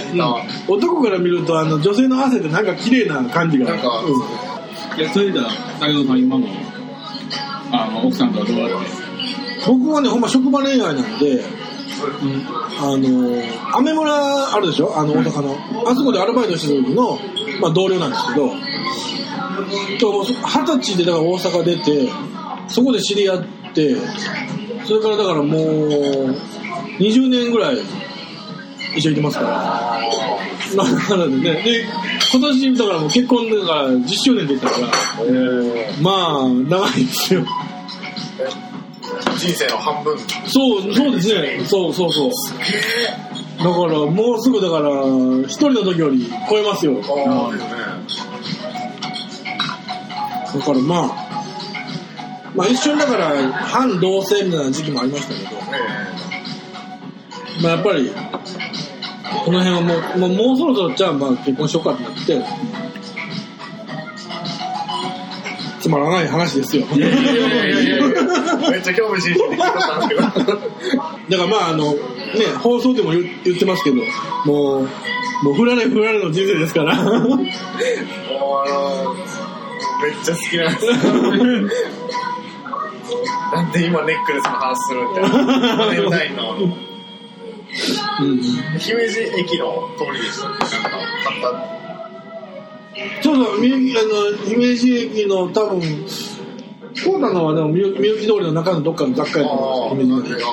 S2: 男から見るとあの女性の汗ってなんか綺麗な感じが
S3: なんか
S2: うん
S1: いやそれじゃ斉藤さん今のあの奥さんとはどうやって。
S2: 僕はねほんま職場恋愛なんで、あのアメ村あるでしょあの大阪の、あそこでアルバイトしてる時の、まあ、同僚なんですけどと二十歳でだから大阪出てそこで知り合ってそれからだからもう20年ぐらい一緒にいてますからま あなのでねで今年だからもう結婚だから10周年できたからまあ長いですよ
S3: 人生の半分。
S2: そう、そうですね。そうそうそう。だから、もうすぐだから、一人の時より超えますよ。だか
S3: ああ、ですね。
S2: らまあ、まあ一瞬だから、反同性みたいな時期もありましたけど、まあやっぱり、この辺はもう、もうもうそろそろじゃあまあ結婚しようかってなって、つまらない話ですよ。
S3: ええいやいやいやいやいやめっちゃ興味津 々で聞いとったんですけど。
S2: だからまああの、ね、放送でも言言ってますけど、もう、もう振られ振られの人生ですから。
S3: もうあのめっちゃ好きなんですなんで今ネックレスの話するんだよ。金ないの。姫路駅の通りでしたね。なんか、買っ
S2: そうそう、みゆき、あの、姫路駅の多分、こうなのはでもみゆみゆき通りの中のどっかの雑貨
S3: た。
S2: や
S3: あ
S2: と思
S3: あ、
S2: うん
S3: な
S2: ですよ
S3: ん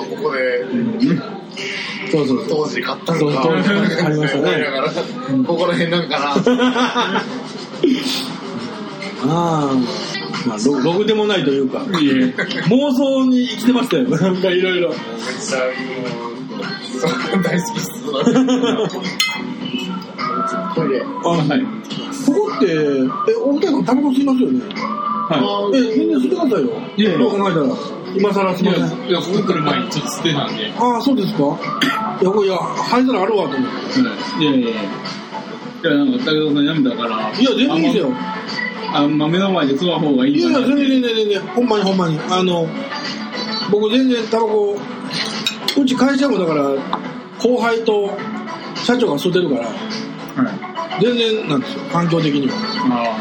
S2: 姫路
S3: で、
S2: の
S3: あ、ここで
S2: そうそうそう。
S3: 当時買った
S2: そ
S3: の
S2: う
S3: か。
S2: 当時ありましたね
S3: 思いながらここら辺なんかな。
S2: あ あ、まあ、ろろくでもないというか、妄想に生きてましたよ、 なんかいろいろ。
S3: めっちゃ、もう、大好きっす。トイレ。
S2: あ、はい。ここって、え、お二人もタバコ吸いますよね。
S1: は
S2: え、全然吸ってくださいよ。
S1: いやいや
S2: どう考えたら。今更す
S1: い。い
S2: み
S1: や
S2: ません。、
S1: いやここ来る前にちょっと捨てたんで。
S2: ああ、そうですか。いや、これ、いや、灰皿あるわと思って。
S1: いやいやいや。いや、なんか、武田さんやめたから。
S2: いや、全然いいですよ。
S1: あんま目の前で吸わん方がいい
S2: いや
S1: か
S2: い
S1: な
S2: や、全然全然全然、ほんまにほんまに。あの、僕全然タバコ、うち会社もだから、後輩と社長が吸ってるから、
S1: はい。
S2: 全然なんですよ、環境的には。
S1: あ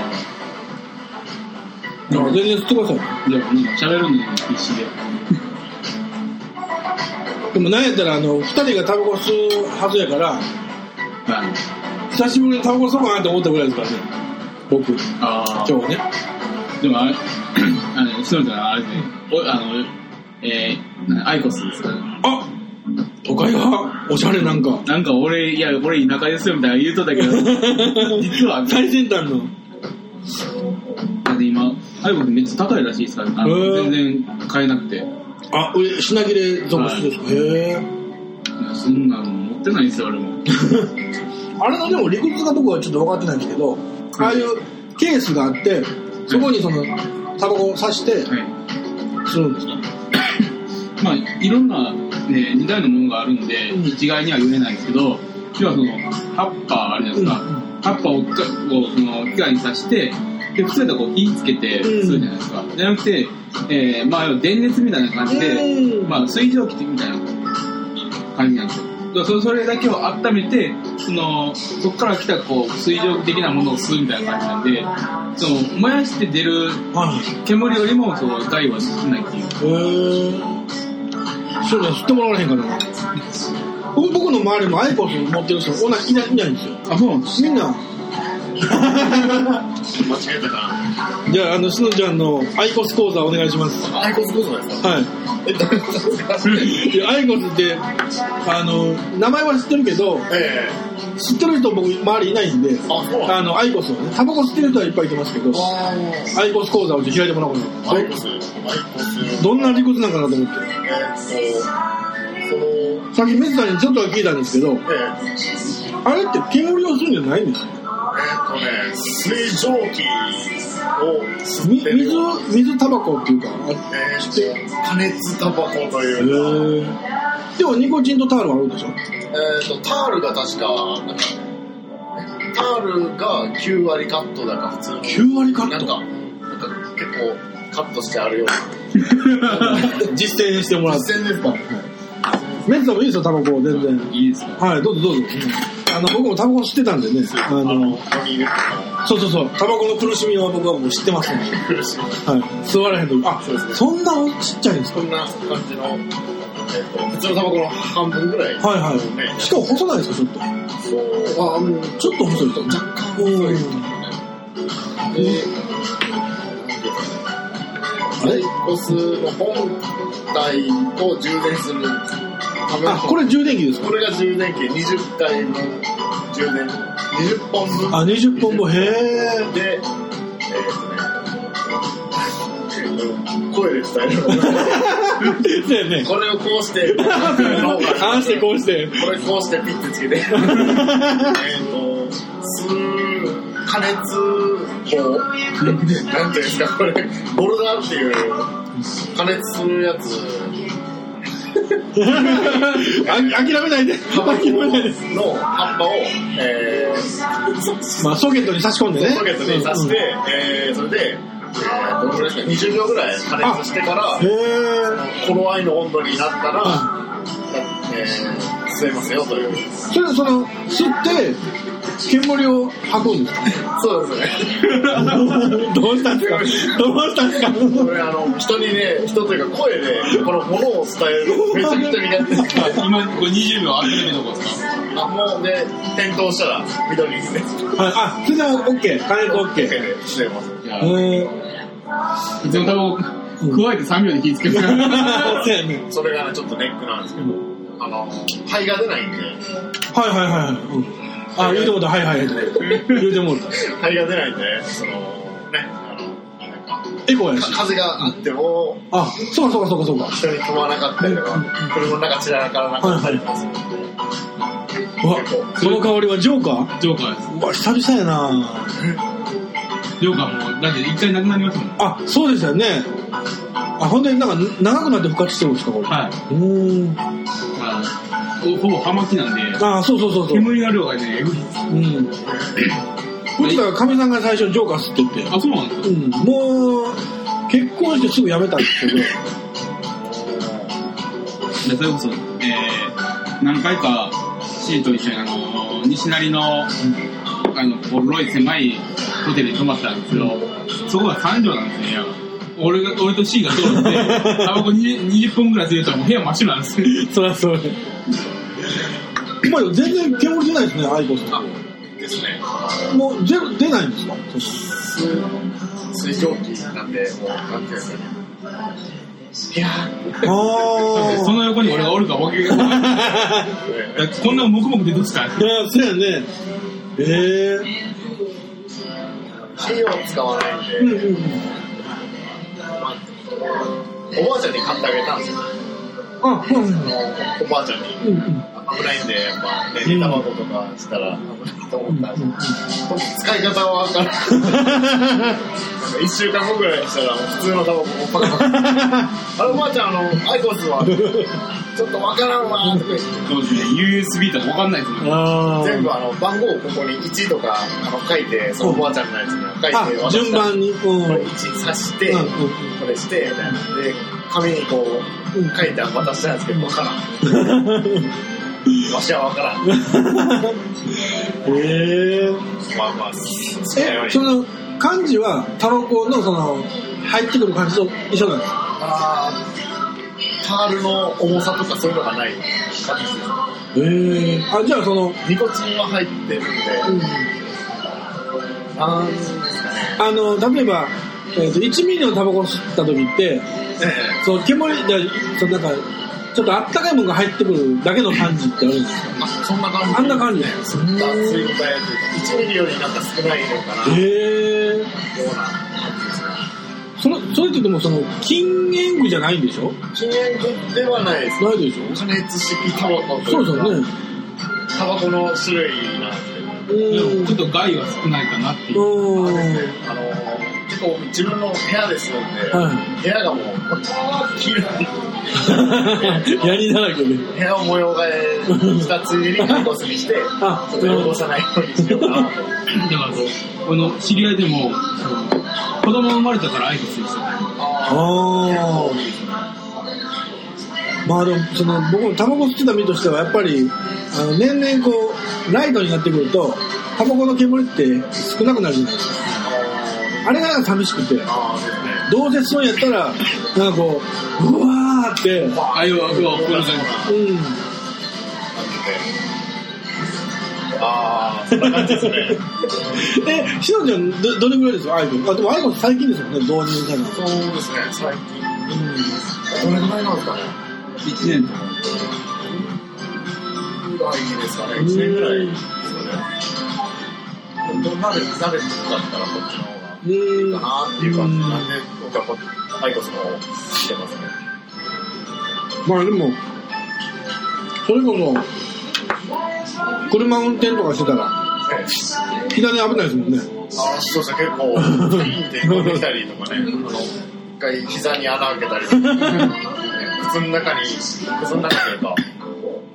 S2: だから全然吸ってください。
S1: あ。いや、なんか喋るのに必死で。
S2: でもなんやったら、あの、二人がタバコ吸うはずやから、
S1: はい。
S2: 久しぶりにタバコ吸おうかなって思ったぐらいですからね。僕、今
S1: ああ。
S2: 日ね。
S1: でもあれ、 あの、すみません、あれね、おあの、えー、なアイコスですか
S2: あ都会はおしゃれなん か。
S1: なんか俺、いや、俺田舎ですよみたいな言うとったけ ど、実は、だ
S2: 最先端の。
S1: って今、アイコスめっちゃ高いらしいですから、あの
S2: へー
S1: 全然買えなくて、
S2: あ、え品切れ続出ですか。へえ。
S1: いやそんなの持ってないんですよ、俺も。
S2: あれのでも理屈が僕はちょっと分かってないんですけど、ああいうケースがあって、そこにその、タバコを刺して、
S1: はい。
S2: 吸うんですか
S1: まあ、いろんな、ね、似たようなものがあるんで、
S2: うん
S1: 一概には言えないですけど、要はその、葉っぱあるじゃないですか、
S2: う
S1: 葉っぱをか、こう、その、機械に刺して、で、普通だとこう、火つけて、するじゃないですか。じゃなくて、えー、まあ、要は電熱みたいな感じで、
S2: うん
S1: まあ、水蒸気みたいな感じなんですよ。だからそそれだけを温めて、その、そこから来た、こう、水蒸気的なものを吸うみたいな感じなんで、その、燃やして出る
S2: はい。
S1: 煙よりも、そう、害は少ないっていう。
S2: へえ。そうだ、吸ってもらわれへんかな。僕僕の周りもアイコス持ってる人、女いないいないんですよ。
S1: あ、そうなんです
S2: みんな、
S3: 間違えたかな。
S2: じゃあ、あの、しのちゃんのアイコス講座お願いします。
S3: アイコスこそなんですか
S2: はい。
S3: え、どういうことですか
S2: いやアイコスって、あの、名前は知ってるけど、
S3: ええ。
S2: 知ってる人僕周りいないんで、
S3: あ、そうなん
S2: あの、アイコスをね、タバコ吸ってる人はいっぱいいてますけど、アイコス講座を開いてもらおうかな
S3: アイコスアイコス
S2: どんな理屈なんかなと思って。
S3: えーっと、
S2: さっきメズさんにちょっとは聞いたんですけど、
S3: その、えー
S2: あれって煙をするんじゃないんですか
S3: えーっとね、水蒸気を吸
S2: み
S3: ってる
S2: 水
S3: ような、、
S2: 水タバコっていうか、あ
S3: えーっと、加熱タバコと
S2: へ
S3: いうか、
S2: ーでもニコチンとタールはあるんでしょ
S3: えーっと、タールが確か、なんか、タールが9割カットだから普通の
S2: ?9 割カ
S3: な
S2: ッ
S3: ん
S2: ト
S3: か、。なんか結構カットしてあるような。
S2: 実践してもらって。
S3: 実践ですか
S2: メズさんもいいですよ、タバコ全然。
S1: いいですか
S2: はい、どうぞどうぞ。あの、僕もタバコ吸ってたんでね、あ
S3: あの、
S2: の、
S3: ここにいる
S2: そうそうそう、タバコの苦しみは僕はもう知ってますんで、はい、
S3: 苦しい。
S2: 吸われへんとあ
S3: そうです、ね
S2: そんなちっちゃいんですか
S3: こんな感じの、えーっと、普通のタバコの半分ぐらい。
S2: はいはい。しかも細ないですか、ちょっと。
S3: そう、あ、うん、ちょっ
S2: ちょっと細いと。
S3: と若干遅いですね。で、あれコスの本体を充電するための
S2: あ、これ充電器ですか
S3: これが充電器20回分充電20本分
S2: あ、20本も、へえ。
S3: でえーっとねえーっと声で伝える
S2: そうやね。
S3: これをこうしてこ
S2: ああしてこうして。
S3: れこうしてピッてつけてえーっと吸う加熱棒なんていうんですかこれボルダーっていう加熱するやつ
S2: あ諦めないで。
S3: タバコ
S2: 諦めないで。
S3: の葉っぱを、え
S2: まあ、ソケットに差し込んで
S3: ー、
S2: ね。
S3: ソケットに刺して、えー、それで、えー、どのぐらいですか、20秒ぐらい加熱してから
S2: へ、え。
S3: 頃合いの温度になったら
S2: う、
S3: えー、吸えますよという。
S2: それ、その、吸って、煙を吐くんですか
S3: そうですね。
S2: どうしたんですかどうしたんですか
S3: これあの、人にね、人というか声で、このものを伝える、めちゃくちゃ苦手です。
S1: 今、これ20秒諦めとこですか
S3: あ、もうね、転倒したら緑にして、
S2: はい、あ、それは OK。加熱 OK。
S3: 手
S2: へ
S3: で吸えます。
S1: いや、
S2: え。
S1: うちのタバコ、加えて3秒で火つけるか
S2: そう
S1: ら。
S2: やね。
S3: それがね、ちょっとネックなんですけど、あの、肺が出ないんで、
S2: はいはいはいはい。うんあ、言うてもうた。はいはいはい。言うてもうた。
S3: 肺が出ないんで、その、ね、あの、なんか、
S2: エコやし。
S3: 風があっても、
S2: あ、そうかそうかそうかそうか。
S3: 人に飛ばなかったりとか、車の中散らからなかったりとかするんで、
S2: うわこの香りはジョーカー
S1: ジョーカーです。
S2: うわ久々やな
S1: ジョーカーも、だって一回なくなりましたもん。
S2: あそうでしたよねあ本当になんか長くなって復活してるんですかこれ
S1: はい。
S2: うーん
S1: まあ、ほほぼ葉巻なんで、
S2: あそうそうそうそう
S1: 煙の量がね、えぐいです。
S2: うんこっちだからかみさんが最初ジョーカー吸ってって
S1: あ、そうなんですか
S2: うんもう結婚してすぐ辞めたんですけど
S1: でそれこそ、えー、何回か、シーと一緒に、あの、西成の、あの、ボロい狭いホテルに泊まったんですけど、そこが3畳なんですね、部屋が俺が、俺と C が通って、タバコ20 20分ぐらい吸えたらもう部屋真っ白なんですよ。
S2: そりゃそうまあでも全然煙出ないですね、アイコさ
S3: ですね。
S2: ん。もう出出ないんですか
S3: 水蒸気なんで、もう、なんていうんですかね。いや
S2: あ
S1: その横に俺がおるかわけがない。
S2: あ。
S1: だ
S3: ー、
S1: からこんなもくもく出てきたら
S2: いや、そうやね。ええ
S3: 火を使わないんで、
S2: うんうんうん。
S3: おばあちゃんに買ってあげたんですよ。
S2: あ、うんうん
S3: おばあちゃんに。
S2: うんうん。
S3: 危ないんで、やっぱ、ね、寝タバコとかしたら危ないと思ったんですよ。使い方はわからな1週間後ぐらいにしたら、普通のタバコをパク パク。あれおばあちゃん、あの、アイコスは、ちょっとわからんわーって。
S1: そうですね、USB とかわかんないですもん。
S2: あ
S3: 全部
S2: ー
S3: あの番号をここに1とかあの書いてそのおばあちゃんのやつに書いて
S2: あ、順番に、うん。
S3: こ
S2: うん
S3: れ1刺して、
S2: うん
S3: これしてみたいなで紙にこう書いて渡したんですけど分からんわしは分からん
S2: うん。ええ
S3: まあまあ好きなよう
S2: え、
S3: に
S2: その、漢字は、タロコの、その、入ってくる感じと一緒なんですか
S3: あーパールの重さとかそういうのがない感じです
S2: ええあ、じゃあその、
S3: ニコチンは入ってるんで、
S2: うん。
S3: なんですかね
S2: あの、例えば、えっ、と、1ミリのタバコを吸った時って、
S3: ええ
S2: そう、煙、だそのなんか、ちょっとあったかいものが入ってくるだけの感じってあるんですか
S3: あそんな感じ
S2: あんな感じ
S3: ねそんな吸い応えというか1ミリよりなんか少ないのかなよ
S2: へえ。
S3: うな感じですね
S2: その、それってでもその、禁煙具じゃないんでしょ
S3: 禁煙具ではないです。
S2: ないでし
S3: 加熱式タバコと
S2: ょ
S3: い
S2: そううですよね。
S3: タバコの種類なんですけど、
S2: う
S1: で
S2: ー
S1: も
S2: ん
S1: ちょっと害は少ないかなっていう。
S2: うーん。
S3: あのー、結構自分の部屋ですので、
S2: は
S3: 部屋がもう、黄色い、
S2: やりだらけで。
S3: 部屋を模様替えしたついでにタコスにして、ち
S2: あ
S3: ょっと汚さないようにしようかなと。
S1: だからそう、この知り合いでも、子供生まれたからアイコスにした。
S2: ああ。まあでも、その、僕もタバコ吸ってた身としては、やっぱり、あの、年々こう、ライトになってくると、タバコの煙って少なくなるじゃないですか。あれがなんか寂しくて。
S3: あーですね。
S2: どうせそうやったら、なんかこう、うわーって、
S1: ああいう、うわこんな感
S2: うん。
S3: あー、そんな感じですね。
S2: え、しのちゃん、ど、どれぐらいですかアイコン。あ、でもアイコン最近ですよね、同時にたいな。
S3: そうですね、最近。どれぐらいなんですかね
S1: じ。一年とか。
S3: ぐらいですかね、1年ぐらいですよね。本当なる、なるとかだったらこっちの方が
S2: うー
S3: いい
S2: ん。
S3: か
S2: あ
S3: なっていう感じなんで、僕はこうアイコスの方をしてますね。
S2: まあでも、それこそ、車運転とかしてたら、
S3: ええ
S2: 左に危ないですもんね。
S3: あそうですね、結構、ピンって飛んできたりとかね、あの、一回膝に穴開けたりとか、靴の中に、靴の中というか、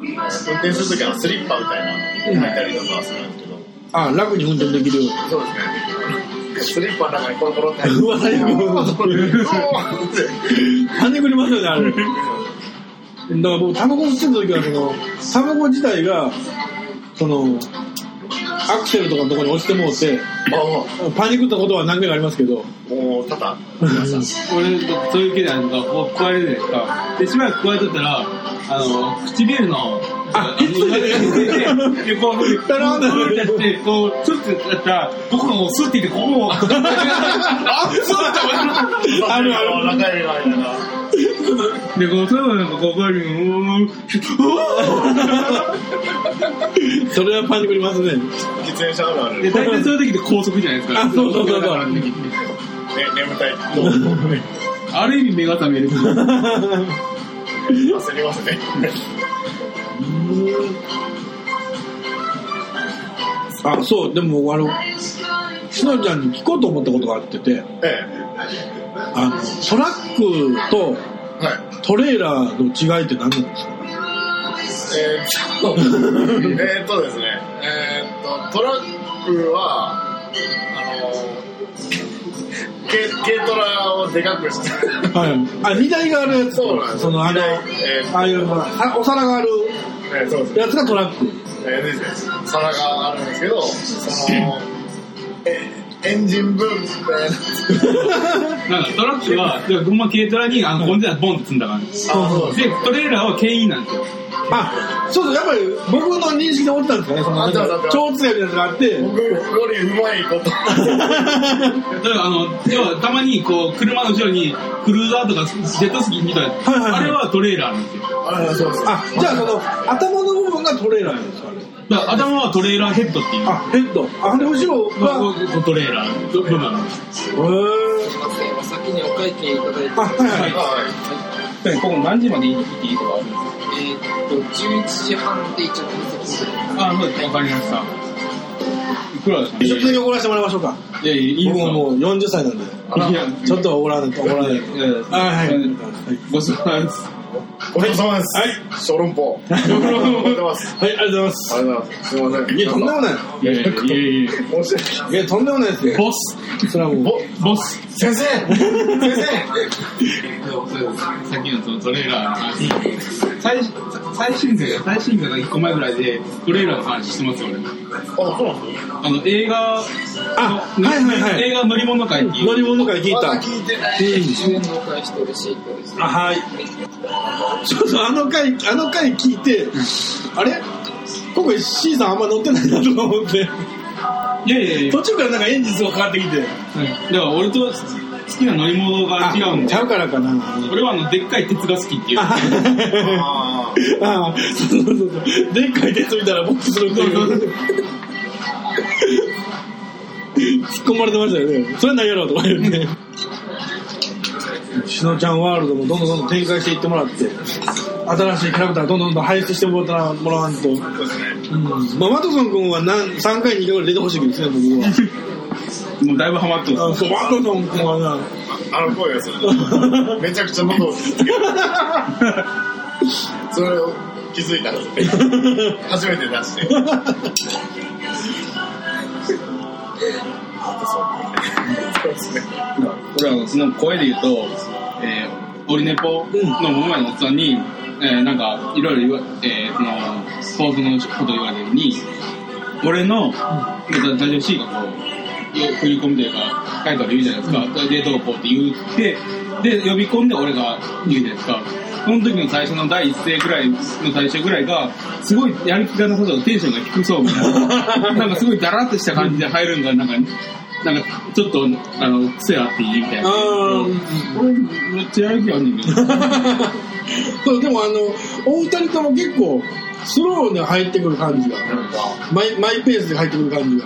S3: 運転するときはスリッパみたいな、履いたりとかするんですけど、
S2: あ、楽に運転できるよ
S3: そう ですね。スリッパの中にコロコロって入っ
S2: うわ
S3: て、
S2: やばいう
S3: わーって
S2: うに。跳ねくりますよね、あれ。だから僕、タバコ吸ってた時は、その、タバコ自体が、その、アクセルとかのところに押してもうて、
S3: あ
S2: パニックったことは何回かありますけど、
S3: あ、もう、ただ、
S1: 俺、そういう系なんか、こう、加えるじゃないですか。で、しばらく加えとったら、あの、唇の、
S2: あ
S1: の上ででこう、
S2: なるほど
S1: こうやって、こう、ちょっとやったら、僕も吸っていて、ここを、あ、そうだった
S2: あるある。
S3: 中指の間が。
S1: で、こう、そういうのなんか、こう、こういう
S2: それはパニクりますね。
S3: 喫煙者あるある。
S1: で、
S3: ね、
S1: 大体そういう時って高速じゃないですか。
S2: あそうそうそうそう
S1: あの時
S3: 眠たい。
S1: ある意味目が覚める。
S3: 焦りますね。
S2: あ、そう、でも、あの、しのちゃんに聞こうと思ったことがあってて、
S3: ええ。
S2: あの、トラックと
S3: はい。
S2: トレーラーの違いって何なんですか
S3: えー、っと、えーっとですね、えーっと、トラックは、あの、軽軽トラをでかくして、
S2: はい。あ、荷台があるやつ
S3: そうなんで
S2: と、
S3: す
S2: その、あの、
S3: え
S2: ああいう、ほらさお皿がある
S3: えーそうですね。
S2: やつがトラック。
S3: えー、ですね、皿があるんですけど、その、えエンジンブームって、
S5: なんかトラックは、いやほんま軽トラにあのゴンザボンって積んだ感じ。
S3: あ、そうです
S5: で、トレーラーは牽引なんですよ。
S2: あ、そうそう、やっぱり僕の認識で思ってたんですかね、その、
S3: あそうそうそう
S2: 超強いやつがあって、
S3: 僕よりうまいこと。
S5: だからあの、要はたまにこう、車の後ろにクルーザーとかジェットスキーみたいな、
S2: はいはいはい
S5: あれはトレーラーなんですよ。
S3: あ、そうです。
S2: あ、じゃあその、頭の部分がトレーラーなんですか、あれ。
S5: だから頭はトレーラーヘッドっていう。
S2: あ、ヘッド。あ、で、後ろ
S5: まあこ
S2: が、
S5: うこうトレーラー部分なんです。
S2: へー。
S4: 先にお会計いただいて
S2: あ、はいはい。
S3: は
S1: ここ何時まで行っていいとかあるんですか
S4: えーっと11時半で一応到着する
S5: あ、そうです。わかりました。
S1: いくらですか
S2: 一緒におごらせてもらいましょうか。
S1: いやいや、いい
S2: 僕
S1: です
S2: も
S1: よ。
S2: もう40歳なんで、
S1: いや、
S2: ちょっとはおごらないと、おごらないと。
S1: いやいや
S2: あ、はい。はい。
S1: ごちそうさまです。
S3: い。ごちそうさまです。
S2: はい
S3: 小籠包。小籠包出ます。
S2: はい、ありがとうございます。
S3: ありがとうございます。すいません。
S2: いや、とんでもない。
S1: いやいやいやいや
S3: 申し訳ない
S2: いや、とんでもないですね。
S5: ボス
S2: それはもう。
S3: ぼ
S5: ボス
S3: 先生先
S5: さっきのそのトレーラーの話最最新作が最新作が1個前ぐらいでトレーラーの話してますよ俺
S3: 生あ、そうなんです
S5: あの映画
S2: あ、はいはいは
S5: 映
S2: い。
S5: 画乗り物会っていう
S2: 乗り物から聞い
S3: ま
S2: た
S3: だ。聞いてない。
S2: うん
S4: 10円のお返しとレシート です
S2: あ、はい。ちょっとあの回、あの回聞いて、あれ今回 C さんあんま乗ってないなとか思って、
S5: いやいやいや
S2: 途中からなんかエンジンすごいかかってきて。
S5: だから俺と好きな乗り物が違うん
S2: ち
S5: で
S2: ゃうからかな。
S5: 俺はあのでっかい鉄が好きっていう
S2: あ
S3: あ
S2: ああ、そうそうそうそう。でっかい鉄みたいなボックスのっていう。突っ込まれてましたよね。それ何やろうとか言って。しのちゃんワールドもどんどんどんどん展開していってもらって、新しいキャラクターどんどんどんどん輩出してもらもらわんと。
S3: ーそうですね。
S2: うん。まあ、ワトソン君は何3回、2回ぐらい出てほしいけどですね、僕
S5: もうだいぶハマってま
S2: は。あそう、ワトソン君は
S3: あの声がする。
S2: な、
S3: めちゃくちゃ喉をつける。それを気づいたんですね。初めて出して。そうですね。
S1: 俺はその声で言うと、えー、オリネポのモマイのおっさんに、えー、なんか、いろいろ言わ、えー、その、スポーツのこと言われた時に、俺の、ラジオ C がこう、よ振り込みというか、書いたら言うじゃないですか。で、どうこうって言って、で、呼び込んで俺が言うじゃないですか。その時の最初の第一声ぐらいの最初ぐらいが、すごいやる気がなさそうでテンションが低そうみたいな。なんかすごいダラッとした感じで入るのが、なんか、なんか、ちょっと、あの、癖あっていいみたいな。
S2: うん。
S1: 俺、めっちゃやる気あるんだけど。
S2: そう、でもあの、お二人とも結構、スローで入ってくる感じが。マイマイペースで入ってくる感じが。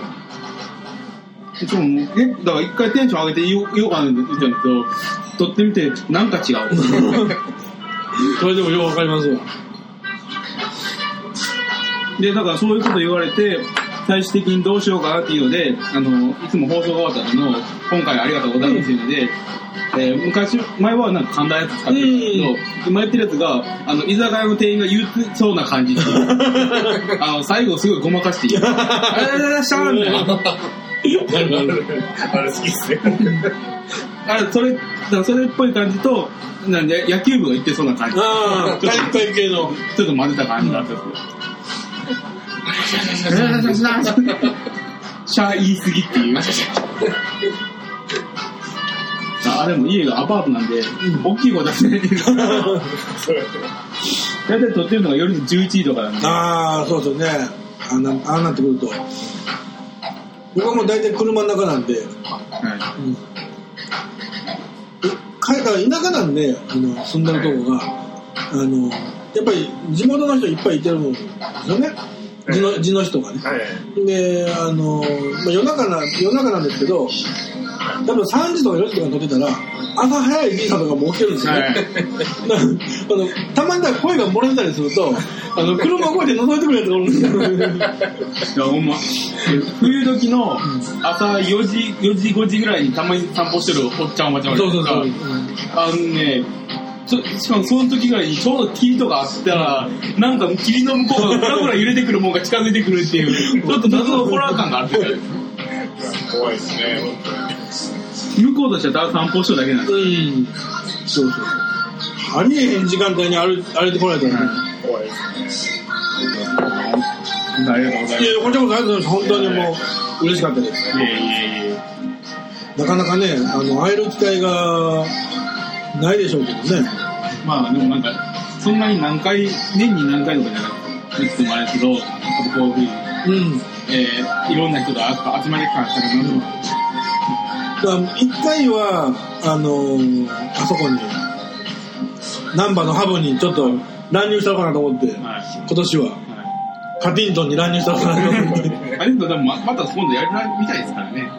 S1: ちょっともうえだから一回テンション上げて言おう言おうかなって言ったんですけど、撮ってみて、なんか違う。
S2: それでもようわかりますわ。
S1: で、だからそういうこと言われて、最終的にどうしようかなっていうので、あの、いつも放送が終わったのを、今回ありがとうございますっていうので、えー昔、前はなんか神田のやつ使ってるんですけど、今やってるやつが、あの、居酒屋の店員が言うそうな感じにあの、最後すごいごまかして言う、あれだらしゃーみたいな。
S3: あれ好きっすね。
S1: あれ、それ、だからそれっぽい感じと、なんで、野球部が言ってそうな感じ。ち
S2: ああ、体育会系の。
S1: ょっと混ぜた感じがあったんです けど。シャー言いすぎっていう。あでも家がアパートなんで、大きい声出せないって いうか大体撮ってるのが夜の11時とかなんで。
S2: ああ、そうですよね。あんな、あんなってくると。僕はもう大体車の中なんで、
S1: は
S2: 海外田舎なんで、あの、住んでるとこが、あの、やっぱり地元の人いっぱいいてるもんですよね。地の、地の人がね。
S3: はい。
S2: で、あの、まあ、夜中な、夜中なんですけど、多分3時とか4時とかに撮ってたら、朝早いじいさんとかも起きてるんですよね。
S1: はい
S2: なあのたまにだから声が漏れてたりすると、あの車越えて覗いてくるやつがおるんですよ。
S1: いや、ほんま。冬時の朝4時、4時、5時ぐらいにたまに散歩してるおっちゃんおばちゃんがい
S2: そう
S1: る
S2: そうそう。
S1: あのね、ちょしかもその時ぐらいにちょうど霧とかあったら、なんか霧の向こうがぐらぐら揺れてくるもんが近づいてくるっていう、ちょっと謎のホラー感があるんですよ
S3: 怖いですね、本当に。
S1: 向こうとしてはただ散歩してるだけなんで
S2: うん。そうそう。ありえへん時間帯に歩い歩いてこられたらね。
S3: 怖いですね。
S1: す。ありがとうござい
S2: いや、こちらこそありがとうございます。本当にもう、嬉しかったです。
S1: ます。いえいえいえ。
S2: なかなかね、あの、会える機会が、ないでしょうけどね。
S1: まあでもなんか、そんなに何回、年に何回とかじゃなくて、いつもあれですけど、やっぱこういうふうに、
S2: うん。
S1: えー、いろんな人が集まり感したらなと思って。
S2: だから一回は、あのーあそこに、難波のハブにちょっと乱入したのかなと思って、
S1: はい
S2: 今年は、
S1: は
S2: カティントンに乱入したのかなと思って。
S1: い。あれでもままた今度やるみたいですからね。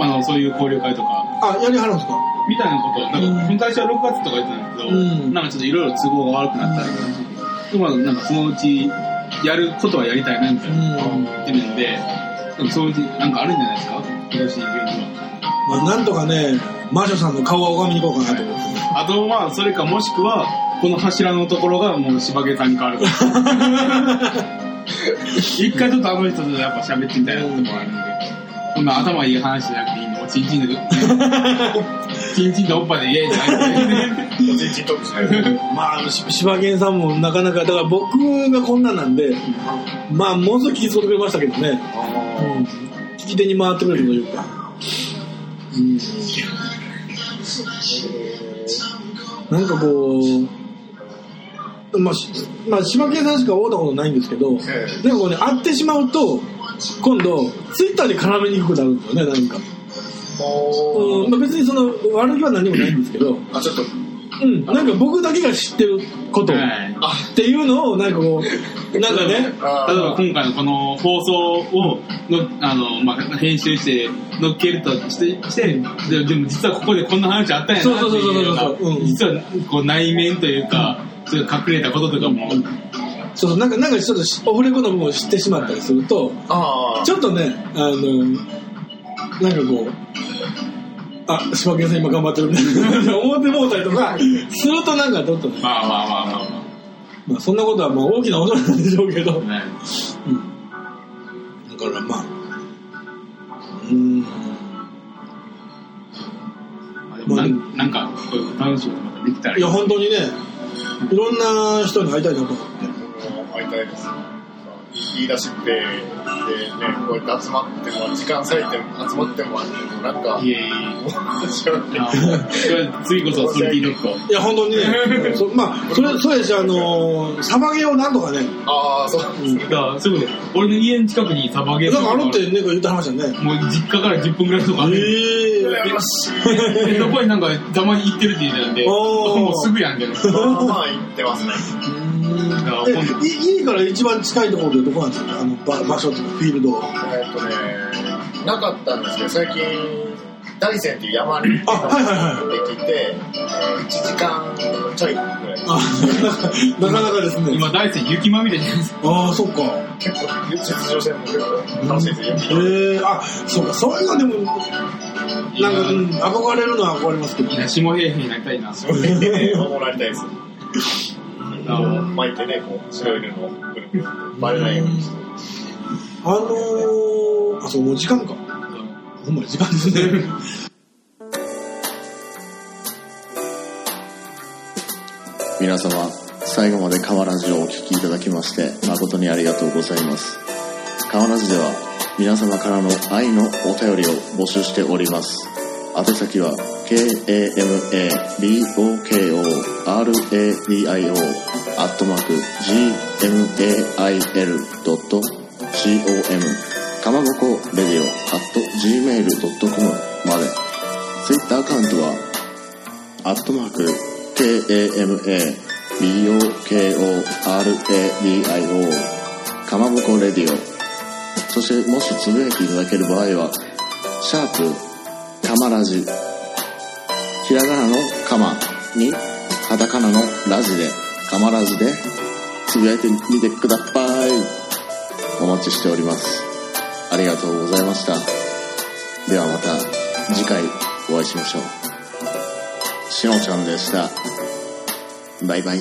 S1: あの、そういう交流会とか、
S2: あ、やりはるんですか
S1: みたいなこと、なん
S2: うん
S1: か、本当は最初は6月とか言ってたんですけど、
S2: うん
S1: なんかちょっといろいろ都合が悪くなったりとかして、まあなんかそのうち、やることはやりたいな、みたいな、
S2: うん
S1: 言ってるんで、でもそのうちなんかあるんじゃないですか今年イベントは。
S2: まあ、なんとかね、マーショさんの顔を拝みに行こうかなと思って。
S1: あとまあ、それかもしくは、この柱のところがもう柴毛さんに変わる。一回ちょっとあの人とやっぱ喋ってみたいなとこもあるんで。こんな頭いい話じゃなくていいんで、おちんちんで、ちんちんとおっぱいでイエーイじゃなくて。
S3: おじいちんとくしないで。
S2: まあ、し柴犬さんもなかなか、だから僕がこんなんなんで、まあ、もうすぐ聞き取ってくれましたけどね、うん聞き手に回ってくれるというか。うんなんかこう、まあ、しまあ、柴犬さんしか会うたことないんですけど、
S3: ええ
S2: なんかこうね、会ってしまうと、今度、ツイッターで絡めにくくなるんですよね、なんか。うんまあ、別にその、悪気は何もないんですけど、
S3: あ、ちょっと、
S2: うん、なんか僕だけが知ってること
S1: はい
S2: っていうのを、なんかこう、なんかね、
S3: あ
S1: 例えば今回のこの放送をのあの、まあ、編集して乗っけるとしてしてででも実はここでこんな話あったんやなっていうような
S2: そうそうそうそうそううん
S1: 実はこう内面というか、そういう隠れたこととかも、
S2: そうそう、なんか、なんかちょっとしオフレコの部分を知ってしまったりすると、
S3: あー、
S2: ちょっとね、あの、なんかこう、あ、柴犬さん今頑張ってるみたいな思ってもうたりとか、するとなんかちょっとね、
S1: まあまあまあまあま
S2: まあそんなことはまあ大きなことなんでしょうけど
S1: あ、、ね
S2: だからまあ、うーん、
S1: でもなんなんかこういう楽しいことができたらい
S2: い
S1: い
S2: や本当にね、いろんな人に会いたいなと思って。
S3: 会いたいです。言い出しって、でね、こうやって集まっても、時間割いても、集まってもあっても、なんか、
S1: いえいえ
S3: 私はね
S1: あの次こそスルティロックを
S2: いや、本当にね。そまあ、それ、そうやし、あのー、サバゲーをなんとかね、
S3: ああ、そうですね。
S1: だからすぐ俺の家の近くにサバゲー
S2: なん
S1: と
S2: かあるっ
S1: も
S2: て、なんか言ってはりましたね。
S1: う実家から10分ぐらいとかある
S2: ええ
S3: 羨まし い。
S1: で そこになんかたまに行ってるって言ってたんで、
S2: おー
S1: もうすぐやんけど。
S3: まあまあ言ってますね。
S1: から
S2: えい家から一番近いところでどこなんですかあのば場所とかフィールド あ
S3: えっとね、なかったんですけど、最近、大山っていう山に行
S2: はいはいはい
S3: ってきて、1時間ちょいぐらい。
S2: あなかなかですね
S1: 今、大地雪まみれじゃないですか。
S2: ああそっか
S3: 結構、雪上戦も結構楽しいです
S2: ええ
S3: よ。
S2: あそうかそういうのでもなんか、うん、憧れるのは憧れますけど
S1: いや、下平平になりたいな。
S3: それで守られたいです。
S1: あの
S3: 巻いてね、こう、白い布をくるくるバレないようにして。
S2: あのー、あそうもう時間かほんまに時間ですね
S6: 皆様最後まで河原寺をお聞きいただきまして誠にありがとうございます河原寺では皆様からの愛のお便りを募集しております宛先は k a m a b o k o r a d i o アットマーク g m a i l ドット c o m かまぼこレディオアット gmail ドットコムまでツイッターアカウントはアットマーク、KAMA、BOKORADIO、かまぼこレディオ。そして、もしつぶやきいただける場合は、シャープ、カマラジひらがなのカマにカタカナのラジでカマラジでつぶやいてみてくださいお待ちしておりますありがとうございましたではまた次回お会いしましょうしのちゃんでしたバイバイ